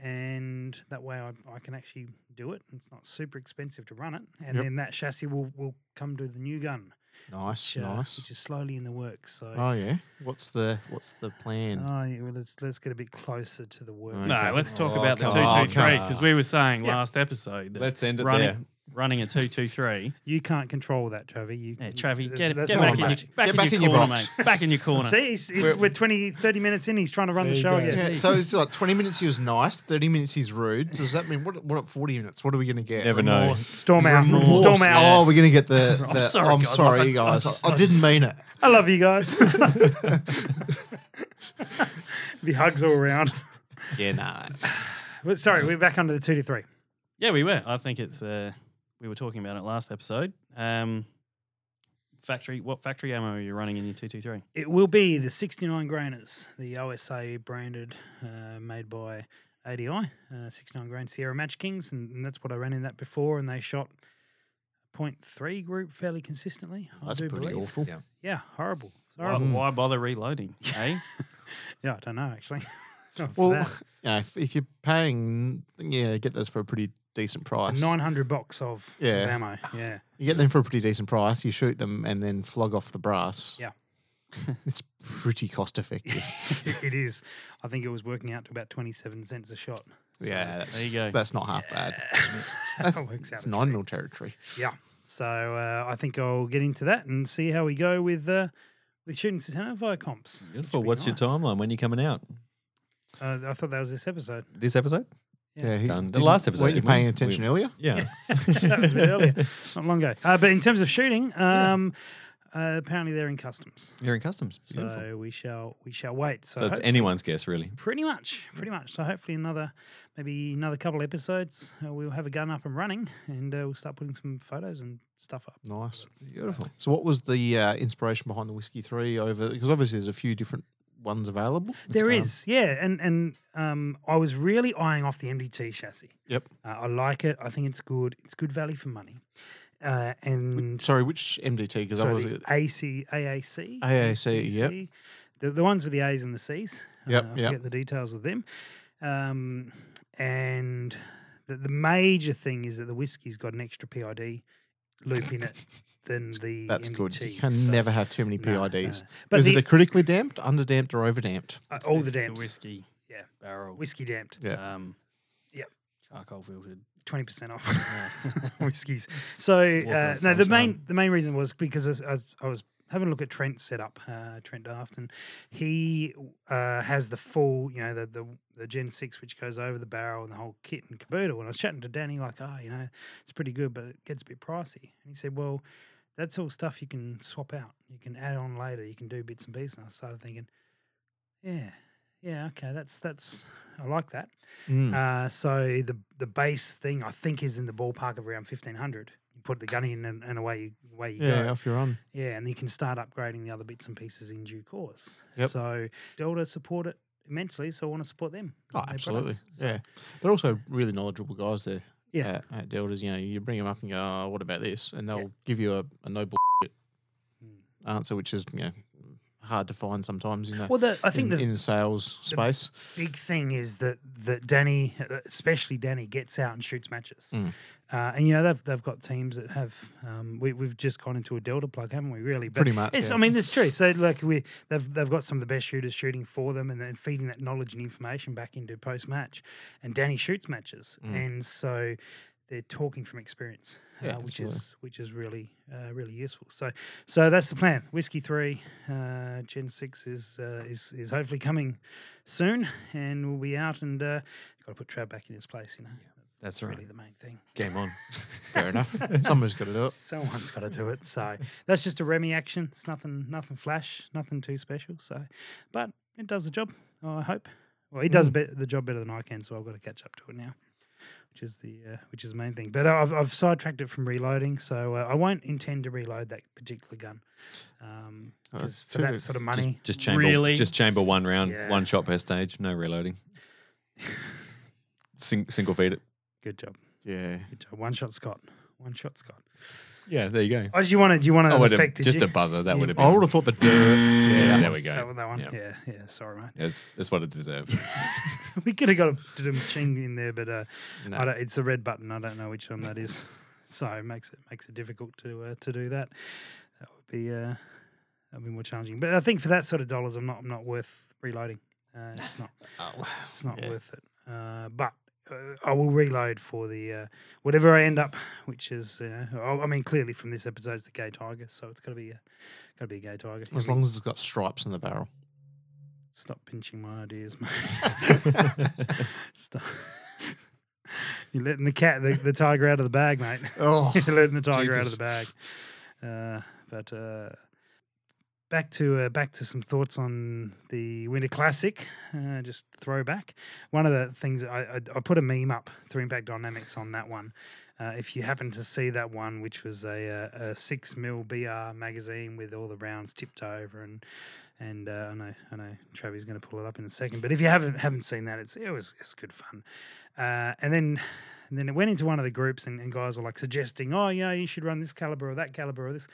B: and that way I, I can actually do it. It's not super expensive to run it, and
E: Yep.
B: then that chassis will, will come to the new gun,
E: Nice.
B: which, uh,
E: nice.
B: which is slowly in the works. So,
E: Oh yeah. What's the what's the plan?
B: Oh, yeah, well, let's let's get a bit closer to the work.
E: No,
D: No,
E: Okay.
D: let's talk
G: Oh,
D: about the
G: come
D: two
E: on,
D: two three
E: come
D: because we were saying
B: Yeah.
D: last episode that
G: Let's end it
D: running
G: there.
D: running a two two three.
B: You can't control that, Travi. You,
D: Yeah,
B: you-
D: Travi,
B: it's-
D: get,
B: it's-
D: get
B: that's
D: back,
B: not
D: in your,
B: much.
E: mate.
D: back,
E: Get
D: in,
E: back
D: your
E: in your
D: corner,
E: box.
D: mate. Back in your corner.
B: See, he's, he's, we're,
E: We're-
B: 20, 30 minutes in. He's trying to run the
C: There you
B: show
C: go.
B: again.
E: Yeah, so it's like twenty minutes he was nice, thirty minutes he's rude. Does that mean what? What at forty minutes? What are we gonna get?
G: Never know.
B: Storm out.
D: Remorse.
B: Storm out.
E: Oh, we're gonna get the.
D: I'm
E: the I'm
D: sorry,
E: sorry, I'm
D: guys,
E: sorry
D: I- I
E: guys. I,
D: just-
E: I
D: I
E: didn't
D: just-
E: mean it.
B: I love you guys. the hugs all around.
E: Yeah, nah.
B: But sorry, we're back under the two to three.
D: Yeah, we were. I think it's uh, we were talking about it last episode. Um, factory, what factory ammo are you running in your two two three?
B: It will be the 69 grainers, the OSA branded, uh, made by ADI, uh, 69 grain Sierra Match Kings, and, and that's what I ran in that before, and they shot 0.3 group fairly consistently. I
E: That's
B: do
E: pretty
B: believe.
E: awful.
B: Yeah, horrible. It's
D: Why,
B: horrible.
D: why bother reloading? eh?
B: Yeah, I don't know actually. Not for
E: Well,
B: that.
E: yeah, if, if you're paying, yeah, get those for a pretty decent price.
B: Nine hundred box of of
E: Yeah.
B: ammo. Yeah,
E: You get them for a pretty decent price. You shoot them and then flog off the brass.
B: Yeah.
E: it's pretty cost effective.
B: it, it is. I think it was working out to about twenty-seven cents a shot.
E: yeah, that's,
D: there you go.
E: That's not half bad. That's
B: That works out
E: it's
B: a
E: nine mil territory.
B: Yeah. So uh, I think I'll get into that and see how we go with uh, with shooting Satanova comps. which
G: Beautiful.
B: would be
G: What's your
B: nice.
G: timeline? When you coming out?
B: Uh, I thought that was this episode.
G: This episode?
B: Yeah.
E: he-
G: Done. The
E: didn't-
G: last episode,
E: Weren't you
G: didn't we?
E: paying attention
G: We-
E: earlier?
G: Yeah.
B: that was a bit earlier, not long ago. Uh, but in terms of shooting, um, uh, apparently they're in customs.
G: You're in customs.
B: So
G: Beautiful. So,
B: we shall we shall wait. So,
G: it's
B: hope-
G: anyone's guess, really.
B: Pretty much, pretty much. So hopefully another, maybe another couple episodes, uh, we'll have a gun up and running, and uh, we'll start putting some photos and stuff up.
E: Nice.
G: Beautiful.
E: So, what was the uh, inspiration behind the whiskey three over? Because obviously, there's a few different ones available.
B: There is, yeah, and and um, I was really eyeing off the MDT chassis.
E: Yep.
B: Uh, I like it. I think it's good. It's good value for money, uh, and
E: Sorry, which MDT? Because I
B: so
E: was
B: the AC AAC
E: AAC, yep.
B: ACC, the the ones with the A's and the C's.
E: Yep,
B: uh, I
E: yep.
B: forget the details of them, um, and the, the major thing is that the whiskey's got an extra PID loop in it than the
E: that's good. You
B: MDT,
E: can
B: so-
E: never have too many
B: No,
E: PIDs.
B: no. But
E: is
B: the,
E: it a critically damped, underdamped, or overdamped?
B: uh, all
D: It's
B: the damps,
D: whiskey,
B: Yeah.
D: barrel,
B: whiskey damped,
E: Yeah.
D: um,
B: Yep.
D: charcoal filtered.
B: twenty percent off.
D: Yeah.
B: whiskies. So uh,
E: on
B: no, the
E: sunshine.
B: main the main reason was because as, as I was having a look at Trent's setup, uh, Trent Daft, and he uh, has the full, you know, the, the the Gen Six which goes over the barrel and the whole kit and caboodle. And I was chatting to Danny like, oh, you know, it's pretty good, but it gets a bit pricey. And he said, well, that's all stuff you can swap out, you can add on later, you can do bits and pieces. And I started thinking, yeah, yeah, okay, that's that's I like that.
E: Mm.
B: Uh, so the the base thing I think is in the ballpark of around fifteen hundred. You put the gun in and, and away you away you
E: yeah,
B: go.
E: off you're on.
B: Yeah, and you can start upgrading the other bits and pieces in due course.
E: Yep.
B: So Delta support it immensely, so I want to support them.
E: Oh,
B: and their
E: absolutely.
B: products. So-
E: Yeah. They're also really knowledgeable guys there.
B: Yeah.
E: At, at Deltas, you know, you bring them up and go, oh, what about this? And they'll give you a, a no bullshit
B: Mm.
E: answer, which is, you know, hard to find sometimes, you know.
B: Well, the, I think
E: in,
B: the
E: in sales space.
B: big thing is that that Danny, uh, especially Danny, gets out and shoots matches.
E: Mm.
B: Uh, and you know they've they've got teams that have. Um, we, we've just gone into a Delta plug, haven't we? Really, But
E: Pretty much,
B: It's, I
E: yeah.
B: mean, it's true. So like we they've they've got some of the best shooters shooting for them, and then feeding that knowledge and information back into post match. And Danny shoots matches, and so they're talking from experience,
E: Mm. Yeah,
B: uh, which
E: absolutely.
B: is which is really uh, really useful. So so that's the plan. Whiskey three, uh, Gen six is uh, is is hopefully coming soon, and we'll be out and uh, got to put Trav back in his place. You know,
G: That's
B: that's
G: right.
B: really the main thing.
G: Game on.
E: Fair enough. Someone's got to do it.
B: Someone's got to do it. So that's just a Remy action. It's nothing, nothing flash, nothing too special. So, but it does the job. I hope. Well, he does be-
G: Mm-hmm.
B: the job better than I can, so I've got to catch up to it now, which is the uh, which is the main thing. But I've, I've sidetracked it from reloading, so uh, I won't intend to reload that particular gun um, 'cause for
E: too-
B: that sort of money.
G: Oh, Just chamber,
D: Really?
G: just chamber one round,
B: Yeah.
G: one shot per stage, no reloading. Sing, single feed it.
B: Good job,
E: Yeah.
B: good job. One shot, Scott. One shot, Scott.
G: Yeah, there you go.
B: Oh, do you want to? Do you want to
G: Oh, wait,
B: affect
G: just a buzzer. That
B: you-
G: would have been.
E: I would have thought the dirt.
G: yeah, there we
B: That
G: go.
B: one, that one.
G: Yeah.
B: yeah, yeah. Sorry, mate.
G: That's, that's what it deserved.
B: we could have got a machine in there, but uh,
E: No.
B: I don't, it's the red button. I don't know which one that is, so it makes it makes it difficult to uh, to do that. That would be uh, that'd be more challenging. But I think for that sort of dollars, I'm not I'm not worth reloading. Uh, it's not it's not worth it. Uh, but uh, I will reload for the uh, whatever I end up, which is uh, I I mean clearly from this episode it's the gay tiger, so it's got to be a, got to be a gay tiger.
E: As long as it's got stripes in the barrel.
B: Stop pinching my ideas, mate. Stop. You're letting the cat, the, the tiger out of the bag, mate.
E: oh.
B: You're letting the tiger out of
E: Jesus.
B: the bag. Uh, but uh, back to uh, back to some thoughts on the Winter Classic. Uh, just throwback. One of the things I, I, I put a meme up through Impact Dynamics on that one. Uh, if you happen to see that one, which was a, uh, a six mil BR magazine with all the rounds tipped over, and and uh, I know I know Travi's going to pull it up in a second, but if you haven't haven't seen that, it's it was it's good fun. Uh, and then and then it went into one of the groups, and, and guys were like suggesting, oh yeah, you should run this caliber or that caliber or this.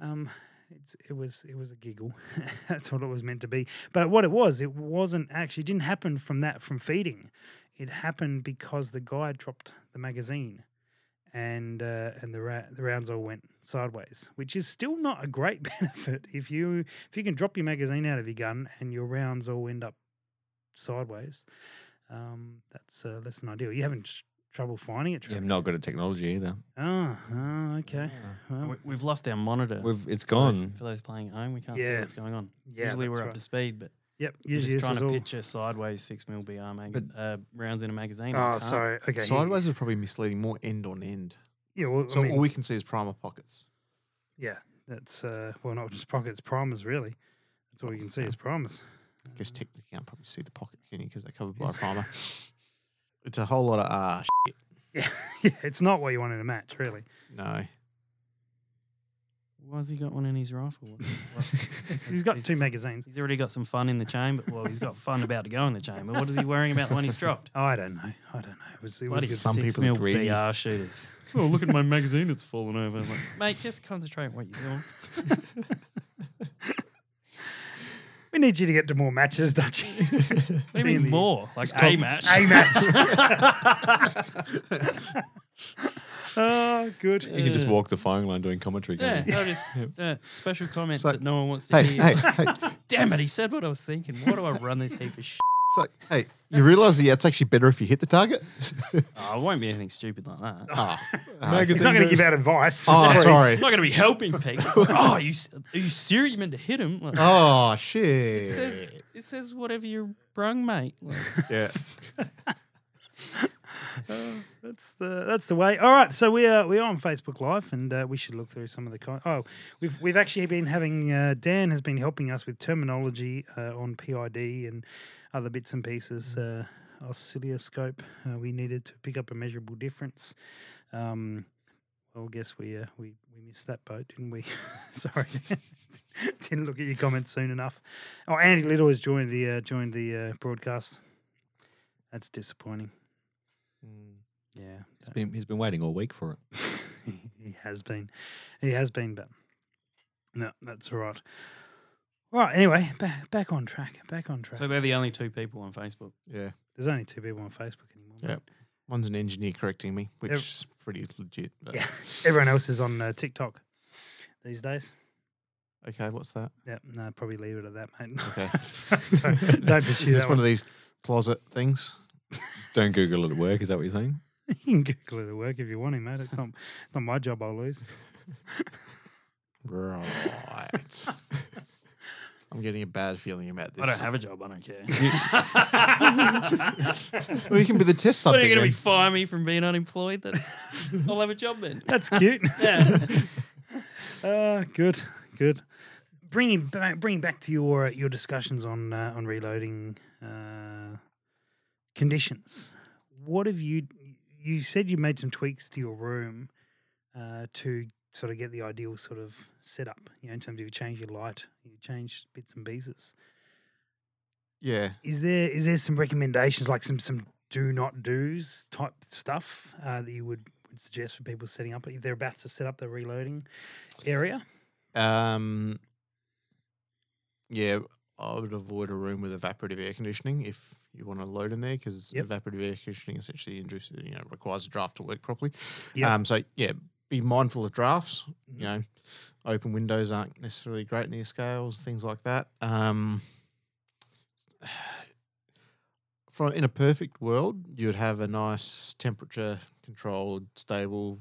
B: Um, it's it was it was a giggle. That's what it was meant to be. But what it was, it wasn't actually it didn't happen from that from feeding. It happened because the guy dropped the magazine, and uh, and the ra- the rounds all went sideways, which is still not a great benefit if you if you can drop your magazine out of your gun and your rounds all end up sideways. Um, that's uh, less than ideal. You having tr- trouble finding it?
G: Yeah,
B: Trev?
G: I'm not good at technology either.
B: Oh, oh, okay. Well,
D: We, we've lost our monitor.
G: We've, it's
D: for those-
G: gone.
D: For those playing at home, we can't see
B: Yeah.
D: what's going on.
B: Yeah,
D: Usually we're
B: that's
D: up
B: right.
D: to speed, but
B: Yep.
D: we're
B: Usually
D: just
B: this
D: trying
B: is
D: to
B: all.
D: picture sideways six mil BR mag- uh, rounds in a magazine. I
B: Oh,
D: can't.
B: sorry. Okay. you-
E: Sideways is probably misleading. More end on end.
B: Yeah. Well, I
E: So
B: mean,
E: all we can see is primer pockets.
B: yeah. That's uh, well, not just pockets, primers really. That's all you can see is primers.
E: I guess
B: Mm.
E: technically you can't probably see the pocket, can you? Because they're covered by a primer. It's a whole lot of ah. shit.
B: Yeah. yeah. It's not what you want in a match, really.
E: no.
D: Why's he got one in his rifle? What- what-
B: He's got two magazines.
D: He's already got some fun in the chamber. Well, he's got fun about to go in the chamber. What is he worrying about when he's dropped?
B: Oh, I don't know. I don't know. It was. It was
D: Bloody
B: good.
E: Some
D: six
E: people
D: mil
E: are greedy.
D: BR shooters. Oh, look at my magazine that's fallen over. I'm like, Mate, just concentrate on what you're doing.
B: We need you to get to more matches, don't you?
D: What do you mean
B: Really?
D: more? Like a match?
B: A match. oh, good.
G: You can just walk the firing line doing commentary.
D: Yeah,
G: can't you?
D: no, just uh, special comments
E: So-
D: that no one wants to
E: Hey,
D: hear.
E: hey, hey.
D: Damn it, he said what I was thinking. Why do I run this heap of shit?
E: So, hey, you realise that it's actually better if you hit the target?
D: Oh, it won't be anything stupid like that.
E: Ah.
B: He's not going to give out advice.
E: oh, sorry.
D: I'm not going to be helping people. oh, you, s- are you serious? You meant to hit him? Like,
E: Oh,
D: it, says,
E: shit.
D: it says whatever you're brung, mate. Like,
E: Yeah.
B: That's the that's the way. All right, so we are we are on Facebook Live, and uh, we should look through some of the. Con- oh, we've we've actually been having uh, Dan has been helping us with terminology uh, on PID and other bits and pieces. Uh, oscilloscope. Uh, we needed to pick up a measurable difference. Um, well, I guess we uh, we we missed that boat, didn't we? Sorry, didn't look at your comments soon enough. Oh, Andy Little has joined the uh, joined the uh, broadcast. That's disappointing. Yeah,
G: He's been, he's been waiting all week for it.
B: he has been. He has been, but no, that's all right. All right, anyway, back, back on track. Back on track.
D: so they're the only two people on Facebook.
E: Yeah.
B: There's only two people on Facebook anymore.
E: Yep. One's an engineer correcting me, which
B: Ev-
E: is pretty legit. but-
B: mate. Yeah. Everyone else is on uh, TikTok these days.
E: Okay, what's that?
B: Yep. No, probably leave it at that, mate.
E: Okay.
B: don't, don't
E: Is
B: pursue
E: this
B: that one.
E: one. of these closet things?
G: Don't Google it at work. Is that what you're saying?
B: You can Google it at work if you want to, mate. It's not, not my job. I'll lose.
E: Right. I'm getting a bad feeling about this.
D: I don't have a job. I don't care.
E: Well, you can be the test
D: what are
E: subject.
D: you going to be
E: then.
D: fire me from being unemployed? That's, I'll have a job then.
B: That's cute.
D: Yeah.
B: Uh, good, good. Bringing back, bringing back to your uh, your discussions on uh, on reloading uh, conditions. What have you? You said you made some tweaks to your room uh, to sort of get the ideal sort of setup. You know, in terms of you change your light, you change bits and pieces.
E: yeah.
B: Is there is there some recommendations like some some do not do's type stuff uh, that you would would suggest for people setting up if they're about to set up their reloading area?
E: Um, yeah, I would avoid a room with evaporative air conditioning if you want to load in there because
B: Yep.
E: evaporative air conditioning essentially induces, you know, requires a draft to work properly.
B: Yep.
E: Um, so yeah, be mindful of drafts.
B: Mhm.
E: You know, open windows aren't necessarily great near scales, things like that. Um, from in a perfect world, you'd have a nice temperature controlled, stable,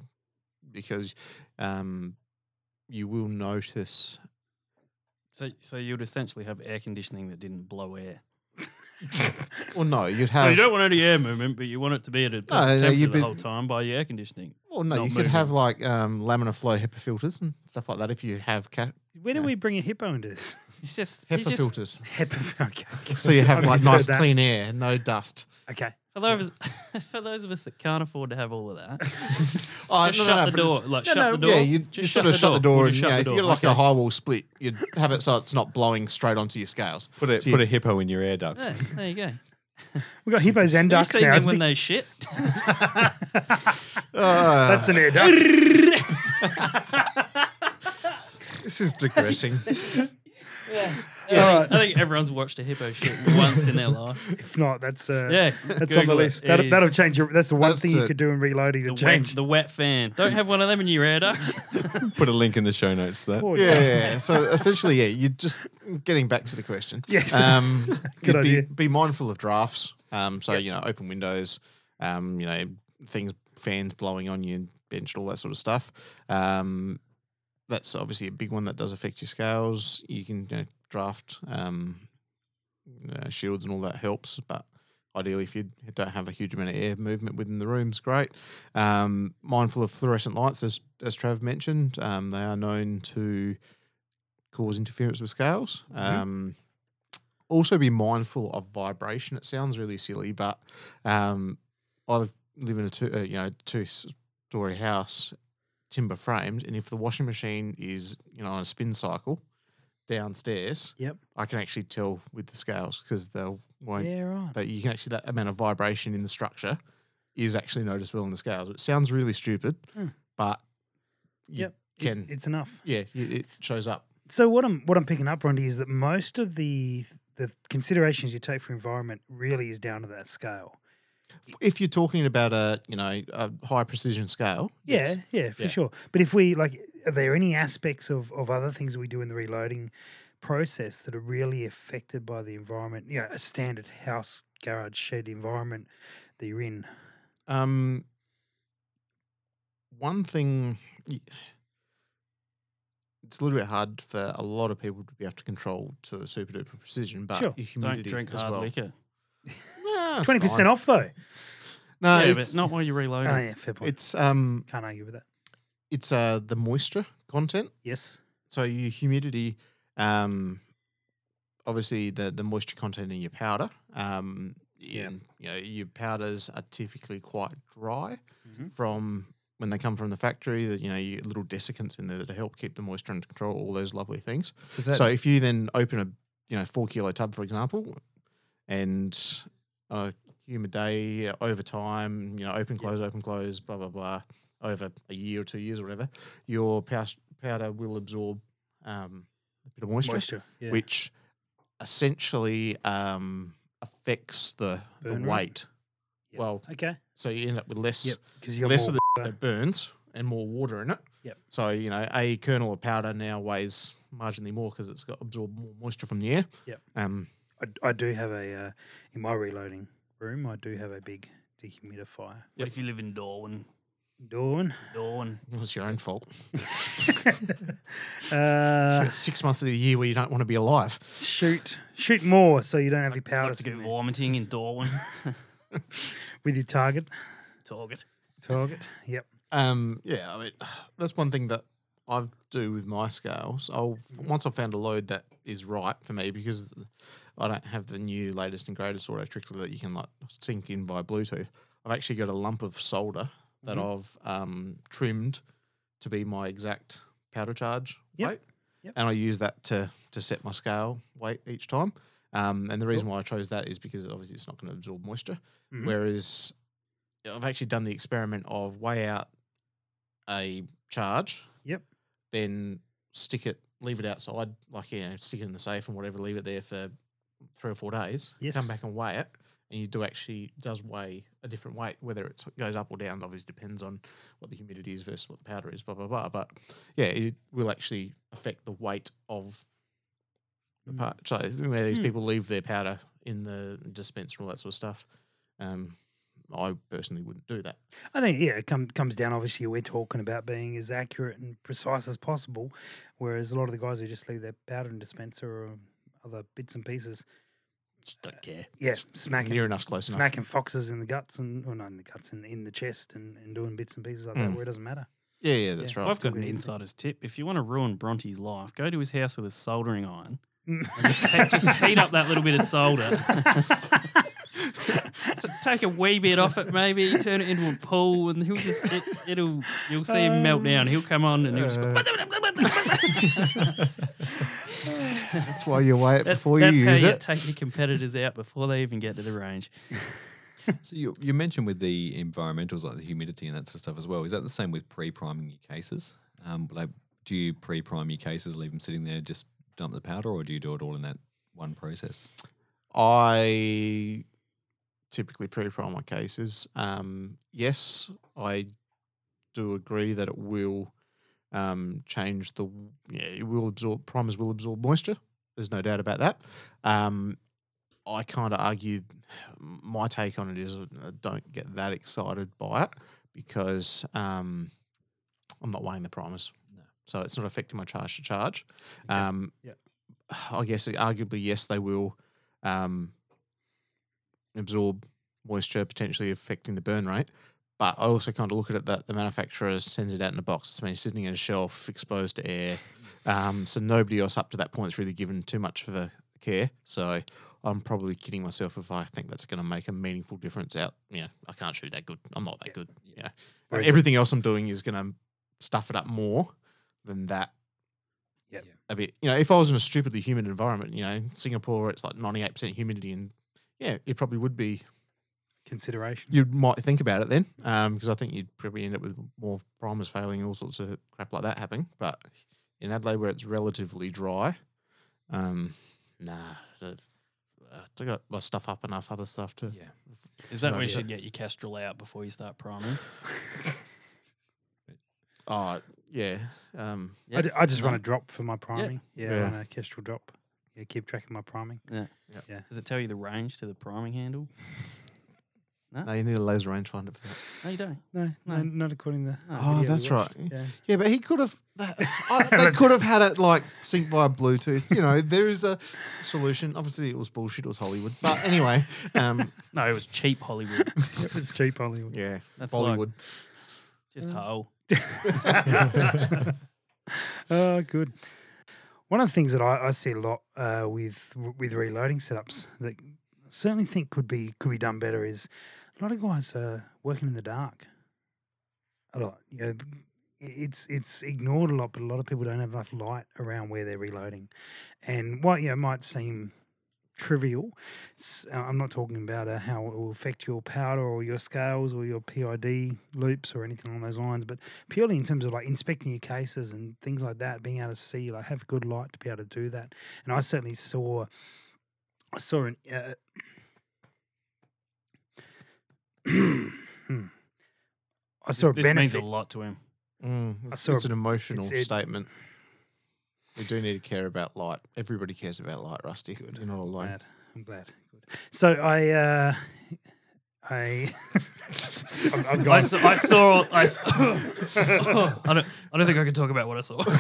E: because um, you will notice
D: So, so you'd essentially have air conditioning that didn't blow air.
E: Well, no, you'd
D: So
E: have.
D: you don't want any air movement, but you want it to be at a perfect
E: no,
D: temperature
E: Oh. you'd
D: the
E: be-
D: whole time by your air conditioning.
E: well, no,
D: not
E: you could have like um, laminar flow HEPA filters and stuff like that. If you have cat
B: Where do
E: Yeah.
B: we bring a hippo into this?
D: It's just,
E: HEPA
D: he's just
E: filters,
B: Hippo. Okay.
E: so you have
B: I've
E: like
B: just heard
E: nice
B: that.
E: clean air, no dust.
B: Okay.
D: for those for those of us that can't afford to have all of that.
E: Oh,
D: just shut the
E: but
D: door.
E: it's-
D: Like
B: No,
D: shut
B: no,
D: the door.
E: Yeah, you
D: just
E: you sort of shut the door,
D: We'll
E: and
D: just
E: you know,
D: shut
E: if
D: the
E: you
D: door.
E: got like a
D: Okay.
E: high wall split, you'd have it so it's not blowing straight onto your scales.
G: Put a,
E: So
G: put
E: you-
G: a hippo in your air duct.
D: Yeah, there you go.
B: We've got hippos and
D: You've
B: ducks
D: seen
B: now.
D: them
B: It's
D: when
B: big-
D: they shit.
E: Ah,
B: That's an air duck.
E: this is digressing.
D: I, think, I think everyone's watched a hippo shit once in their life.
B: if not, that's uh,
D: Yeah,
B: that's on the
D: Google it.
B: list.
D: It
B: That,
D: is
B: that'll change. Your, that's the one
E: That's
B: thing you
E: it.
B: could do in reloading to
D: The wet,
B: change.
D: the wet fan. Don't have one of them in your air ducts.
G: Put a link in the show notes to that.
B: Poor
E: yeah,
B: duck.
E: yeah, yeah. So essentially, yeah, you're just getting back to the question.
B: Yes.
E: Um,
B: Good
E: you'd be,
B: idea.
E: be mindful of drafts. Um, so, you know, open windows, um, you know, things, fans blowing on you, bench, all that sort of stuff. Um, that's obviously a big one that does affect your scales. You can you know, draft um, uh, shields and all that helps, but ideally, if you don't have a huge amount of air movement within the rooms, great. Um, mindful of fluorescent lights, as as Trav mentioned, um, they are known to cause interference with scales.
B: Mm-hmm.
E: Um, also, be mindful of vibration. It sounds really silly, but um, I live in a two, uh, you know two story house, timber framed, and if the washing machine is you know on a spin cycle downstairs,
B: Yep.
E: I can actually tell with the scales because they'll won't
B: Yeah, right.
E: that you can actually that amount of vibration in the structure is actually noticeable in the scales. It sounds really stupid,
B: Hmm.
E: but you
B: Yep. It-
E: can
B: it's enough.
E: yeah, you, it shows up.
B: So what I'm what I'm picking up, Rondi, is that most of the the considerations you take for environment really is down to that scale.
E: If you're talking about a you know a high precision scale,
B: Yeah, yeah, for
E: Yeah.
B: sure. But if we like, are there any aspects of of other things that we do in the reloading process that are really affected by the environment? You know, a standard house, garage, shed environment that you're in.
E: Um, one thing y- it's a little bit hard for a lot of people to be able to control to super duper precision, but
B: Sure.
D: Don't
E: your humidity
D: drink
E: as
D: hard
E: well.
D: liquor.
E: Nah, it's
B: Twenty percent
E: fine.
B: off though.
E: No,
D: yeah,
E: it's
D: but not while you're reloading.
B: Oh yeah, fair point.
E: It's um,
B: Can't argue with that.
E: it's uh the moisture content.
B: Yes.
E: so your humidity, um, obviously the the moisture content in your powder, um,
B: Yeah.
E: in, you know your powders are typically quite dry
D: Mhm.
E: from when they come from the factory. That you know you little desiccants in there to help keep the moisture under control. All those lovely things.
G: Does that-
E: so if you then open a you know four kilo tub, for example, and a humid day uh, over time, you know open close, open close, blah blah blah, over a year or two years or whatever, your pow- powder will absorb um, a bit of moisture,
B: Moisture. Yeah.
E: which essentially um, affects the, the
B: Burn rate.
E: weight.
B: Yeah.
E: Well,
B: okay.
E: so you end up with less
B: Yep. Because you got
E: less of
B: more
E: the
B: water.
E: that burns and more water in it.
B: Yep.
E: So you know, a kernel of powder now weighs marginally more because it's got absorbed more moisture from the air.
B: Yep.
E: Um.
B: I, I do have a uh, in my reloading room. I do have a big dehumidifier.
D: What if you live in Darwin?
B: Dawn.
D: Dawn.
E: It was your own fault.
B: Uh,
E: Six months of the year where you don't want to be alive.
B: shoot, shoot more so you don't have your
D: I
B: powders
D: have to go
B: in there
D: vomiting in Dawn.
B: with your target.
D: Target.
B: Target. Yep.
E: Um, yeah, I mean, that's one thing that I do with my scales. I'll
B: Mm-hmm.
E: once I've found a load that is right for me because I don't have the new latest and greatest auto trickler that you can like sync in via Bluetooth. I've actually got a lump of solder that
B: Mm-hmm.
E: I've um, trimmed to be my exact powder charge
B: Yep.
E: weight,
B: Yep.
E: and I use that to to set my scale weight each time. Um, and the reason why I chose that is because obviously it's not going to absorb moisture.
B: Mhm.
E: Whereas I've actually done the experiment of weigh out a charge.
B: Yep.
E: Then stick it, leave it outside, like you know, stick it in the safe and whatever, leave it there for three or four days. You
B: Yes.
E: Come back and weigh it, and you do actually it does weigh a different weight. Whether it goes up or down, obviously depends on what the humidity is versus what the powder is. Blah blah blah. But yeah, it will actually affect the weight of the
B: Mm.
E: part. So where these
B: Hmm.
E: people leave their powder in the dispenser, all that sort of stuff. Um, I personally wouldn't do that.
B: I think yeah, it come, comes down obviously we're talking about being as accurate and precise as possible, whereas a lot of the guys who just leave their powder and dispenser or other bits and pieces,
E: Just don't care.
B: yeah,
E: It's
B: smacking
E: near enough, close enough.
B: smacking foxes in the guts and or not in the guts in in the chest and, and doing bits and pieces like that
E: Mm.
D: Hmm.
B: where it doesn't matter.
E: Yeah, yeah, that's
B: Yeah.
E: right.
D: I've got
B: good
D: an
B: idea.
D: insider's tip. If you want to ruin Bronte's life, go to his house with a soldering iron.
B: Mm.
D: And just, take, just heat up that little bit of solder. so take a wee bit off it, maybe turn it into a pool, and he'll just it, it'll you'll see him melt down. He'll come on and he'll just go.
B: Uh,
E: That's why you weigh
D: That-
E: it
D: that's how you take your competitors out before they even get to the range.
G: So you, you mentioned with the environmentals, like the humidity and that sort of stuff as well. Is that the same with pre-priming your cases? Um, like, do you pre-prime your cases, leave them sitting there, just dump the powder, or do you do it all in that one process?
E: I typically pre-prime my cases. Um, yes, I do agree that it will um, change the. Yeah, it will absorb primers will absorb moisture. There's no doubt about that. Um, I kind of argue my take on it is I don't get that excited by it because um, I'm not weighing the primers, so it's not affecting my charge to charge. Um,
B: Yep.
E: I guess arguably yes, they will um, absorb moisture, potentially affecting the burn rate. But I also kind of look at it that the manufacturer sends it out in a box. It's been sitting in a shelf, exposed to air. Um, so nobody else up to that point is really given too much of a care. So I'm probably kidding myself if I think that's going to make a meaningful difference out. Yeah, I can't shoot that good. I'm not that good. Yeah.
B: Whereas-
E: Everything else I'm doing is going to stuff it up more than that.
B: Yeah.
E: A bit. You know, if I was in a stupidly humid environment, you know, Singapore, it's like 98% humidity and yeah, it probably would be
B: Consideration.
E: you might think about it then, because I think you'd probably end up with more primers failing, all sorts of crap like that happening. But in Adelaide, where it's relatively dry, um, nah, the- uh, I got my stuff up enough other stuff to.
D: Yeah. Is that
E: No,
D: when you
E: yeah.
D: should get your Castrol out before you start priming?
E: Oh, yeah. Um,
B: I, ju-
D: Yes?
B: I just
D: No?
B: run a drop for my priming. Yeah, I
E: Yeah.
B: run a Kestrel drop. Yeah, keep track of my priming.
D: Does it tell you the range to the priming handle?
E: no, you need a laser rangefinder for that.
D: No, you don't.
B: No, no,
D: No.
B: not according to.
D: No.
E: Oh,
B: video we
E: that's
B: watched.
E: right.
B: Yeah.
E: Yeah, but he could have. uh, I- They could have had it like synced via Bluetooth. You know, there is a solution. Obviously, it was bullshit. It was Hollywood. But anyway, um,
D: No, it was cheap Hollywood.
B: it was cheap Hollywood.
E: yeah,
D: That's
E: Bollywood.
D: Just whole.
B: Oh, good. One of the things that I, I see a lot uh, with with reloading setups that I certainly think could be could be done better is a lot of guys are working in the dark. A lot, you know, b- i- it's it's ignored a lot, but a lot of people don't have enough light around where they're reloading, and what you know might seem trivial. s- uh, I'm not talking about uh, how it will affect your powder or your scales or your PID loops or anything along those lines, but purely in terms of like inspecting your cases and things like that, being able to see, like have good light to be able to do that. And I certainly saw, I saw an. Uh, hmm. I saw
D: This,
B: a
D: this means
B: benefit.
D: a lot to him.
E: Mm,
B: saw
E: it's,
B: a-
E: it's an emotional
B: it's- it-
E: statement. We do need to care about light. Everybody cares about light, Rusty. You're not alone.
B: Glad. I'm glad. Good. So I uh, a
H: I saw. I, saw I, s- I don't. I don't think I can talk about what I saw.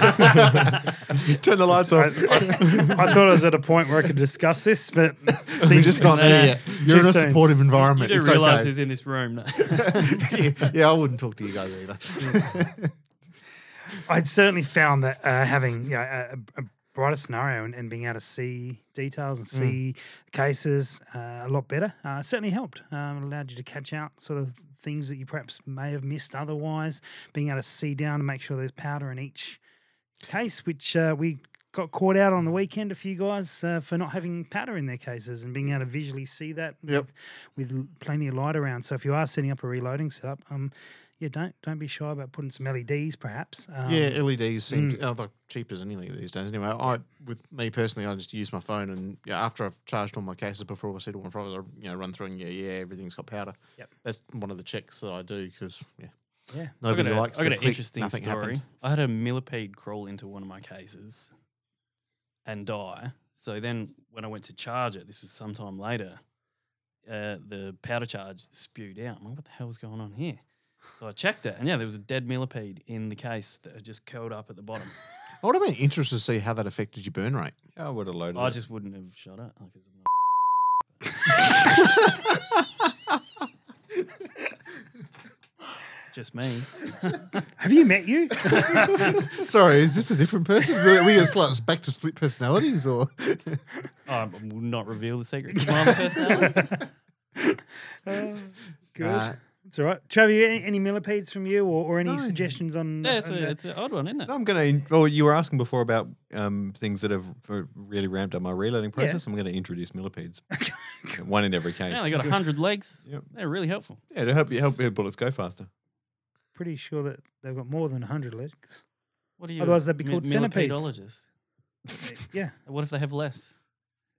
E: Turn the lights off.
B: I, I thought I was at a point where I could discuss this, but
E: We're
B: seems-
E: just not there yet. You're in a
B: too soon.
E: supportive
D: You
E: environment.
D: do
E: it's
D: realize
E: okay.
D: who's in this room. No?
E: yeah, yeah, I wouldn't talk to you guys either.
B: I'd certainly found that uh, having you know, a, a brighter scenario and, and being able to see details and see cases uh, a lot better uh, certainly helped. Um, it allowed you to catch out sort of things that you perhaps may have missed otherwise. Being able to see down and make sure there's powder in each case, which uh, we got caught out on the weekend. A few guys uh, for not having powder in their cases and being able to visually see that
E: Yep.
B: with, with l- plenty of light around. So if you are setting up a reloading setup, um, yeah, don't don't be shy about putting some LEDs, perhaps. Um, mm.
E: yeah, LEDs seem to- are like cheap as anything these days. Anyway, I with me personally, I just use my phone and yeah, after I've charged all my cases before I set all my products, I you know run through and yeah, yeah, everything's got powder.
B: Yep.
E: that's one of the checks that I do because yeah,
B: Yeah.
D: I got,
E: nobody
D: a-
E: likes.
D: I
E: the
D: got an
E: click,
D: interesting
E: nothing
D: story.
E: happened.
D: I had a millipede crawl into one of my cases and die. So then when I went to charge it, this was sometime later, uh, the powder charge spewed out. I'm like, what the hell was going on here? So I checked it, and yeah, there was a dead millipede in the case that had just curled up at the bottom.
E: I would have been interested to see how that affected your burn rate.
G: I would have loaded.
D: I
G: it.
D: just wouldn't have shot it. Like, it's not- just me.
B: Have you met you?
E: Sorry, is this a different person? Are we just like back to split personalities or?
D: I will not reveal the secret to my other personality.
B: Good.
E: Nah.
B: It's all right. Trevor, you- any, any millipedes from you or, or any suggestions on?
D: Yeah, it's,
B: on
D: a,
B: the-
D: it's an odd one, isn't it?
G: I'm gonna. Well, you were asking before about um, things that have uh, really ramped up my reloading process. I'm gonna introduce millipedes, one in every case.
D: Yeah, they got 100 legs.
G: Yep.
D: They're really helpful.
G: yeah, to help you help your bullets go faster.
B: pretty sure that they've got more than 100 legs.
D: What are you?
B: Otherwise they'd be
D: mi-
B: called centipedes.
D: millipedologists?
B: yeah.
D: What if they have less?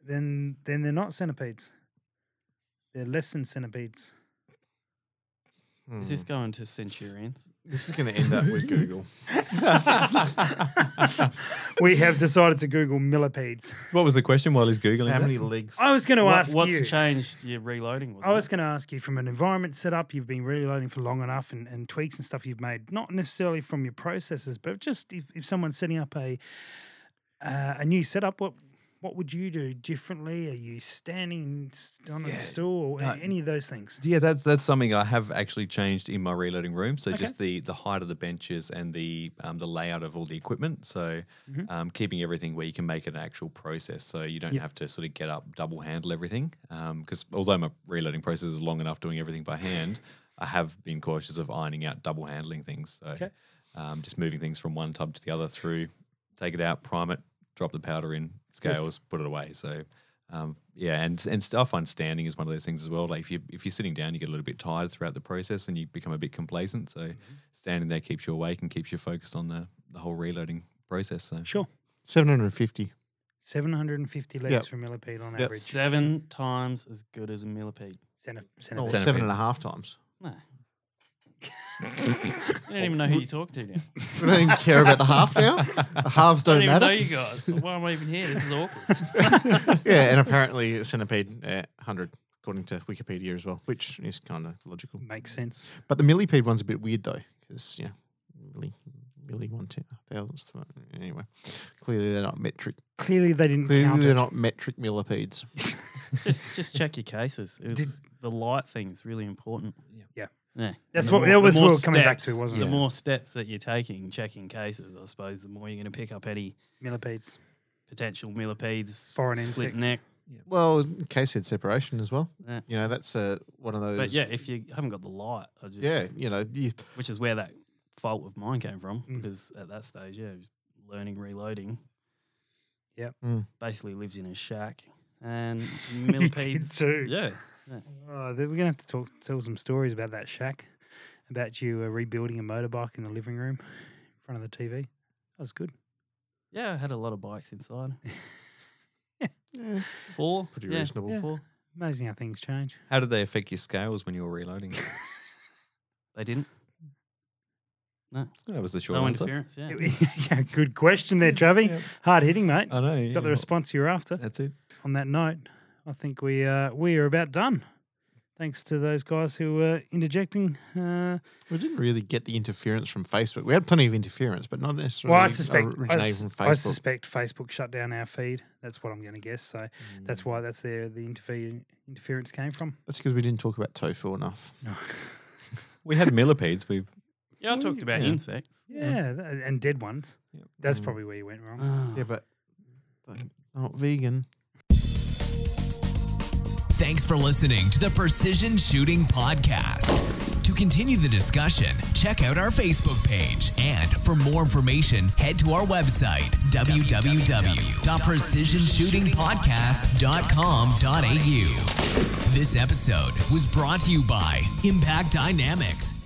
B: Then then they're not centipedes. They're less than centipedes.
D: Is this going to centurions?
E: This is going to end up with Google.
B: we have decided to Google millipedes.
G: What was the question while he's googling?
E: How
G: that?
E: many legs?
B: I was going to
D: What-
B: ask
D: what's
B: you.
D: changed your reloading?
B: I was
D: it?
B: going to ask you from an environment setup, you've been reloading for long enough and, and tweaks and stuff you've made, not necessarily from your processes, but just if, if someone's setting up a uh, a new setup, what what would you do differently? Are you standing s- on a stool or a- any of those things?
G: Yeah, that's that's something I have actually changed in my reloading room. So
B: Okay.
G: just the the height of the benches and the um, the layout of all the equipment. So
B: Mhm.
G: um, keeping everything where you can make it an actual process, so you don't
B: Yep.
G: have to sort of get up double handle everything. Because although my reloading process is long enough doing everything by hand, I have been cautious of ironing out double handling things. So
B: Okay.
G: um, just moving things from one tub to the other through, take it out, prime it, drop the powder in scales, put it away. So um, yeah, and and st- I find standing is one of those things as well. Like if you if you're sitting down, you get a little bit tired throughout the process, and you become a bit complacent. So standing there keeps you awake and keeps you focused on the the whole reloading process. So
B: Sure.
E: 750.
B: 750 legs
E: Yep.
B: for millipede on
E: Yep.
B: average.
D: seven times as good as a millipede.
B: Centi-
E: Oh,
B: centipedes.
E: seven and a half times.
D: No. you don't even know who you talk to now.
E: We don't even care about the half now. The halves
D: I
E: don't,
D: don't even know
E: matter.
D: you guys. Like, why am I even here? This is awkward.
E: yeah, and apparently a centipede uh, 100, according to Wikipedia as well, which is kind of logical.
B: Makes sense.
E: But the millipede one's a bit weird though, because yeah, milli, milli one ten thousandth. one- Anyway, clearly they're not metric.
B: Clearly, they didn't
E: Clearly
B: count
E: they're
B: it.
E: not metric millipedes.
D: just, just check your cases. It was, the light thing's really important.
B: Yeah.
D: Yeah.
B: That's
D: And the
B: what- that
D: the
B: was
D: more
B: what we were coming back to,
D: steps-
B: wasn't
D: The
B: it?
D: more steps that you're taking, checking cases, I suppose, the more you're going to pick up any
B: Millipedes.
D: potential millipedes,
B: Foreign
D: split
B: insects.
D: neck.
E: Well, case head separation as well.
D: Yeah.
E: You know, that's uh, one of those.
D: But yeah, if you haven't got the light, I just
E: yeah, you know, you,
D: which is where that fault of mine came from
B: Mm.
D: because at that stage, yeah, I was learning reloading.
B: Yep.
E: Mm.
D: Basically lived in a shack and millipedes
B: too.
D: Yeah.
B: Oh, th- we're gonna have to talk, tell some stories about that shack, about you uh, rebuilding a motorbike in the living room in front of the TV. That was good.
D: Yeah, I had a lot of bikes inside. Four.
E: pretty
D: yeah,
E: reasonable.
B: Yeah.
D: Four.
B: Amazing how things change.
G: how did they affect your scales when you were reloading?
D: They didn't. No.
G: that was the short
D: No
G: answer.
D: interference. Yeah.
B: yeah, good question there, Travi. Hard hitting, mate.
E: Uh,
G: I know.
B: Got the response you're after.
G: That's it.
B: On that note, I think we uh, we are about done. Thanks to those guys who were interjecting. Uh,
E: We didn't really get the interference from Facebook. We had plenty of interference, but not necessarily
B: well, I suspect I,
E: originating
B: s-
E: uh, from
B: I
E: Facebook.
B: suspect Facebook shut down our feed. That's what I'm going to guess. So
E: Mm.
B: that's why that's there the interfe- interference came from.
E: That's because we didn't talk about tofu enough.
G: We had millipedes. We
D: Yeah, I talked about
E: Yeah.
D: insects.
B: Yeah, tha- and dead ones.
E: Yep.
B: That's
E: Mm.
B: probably where you went wrong.
E: Yeah, but but not vegan.
A: Thanks for listening to the Precision Shooting Podcast. To continue the discussion, check out our Facebook page. And for more information, head to our website, www.precisionshootingpodcast.com.au. This episode was brought to you by Impact Dynamics,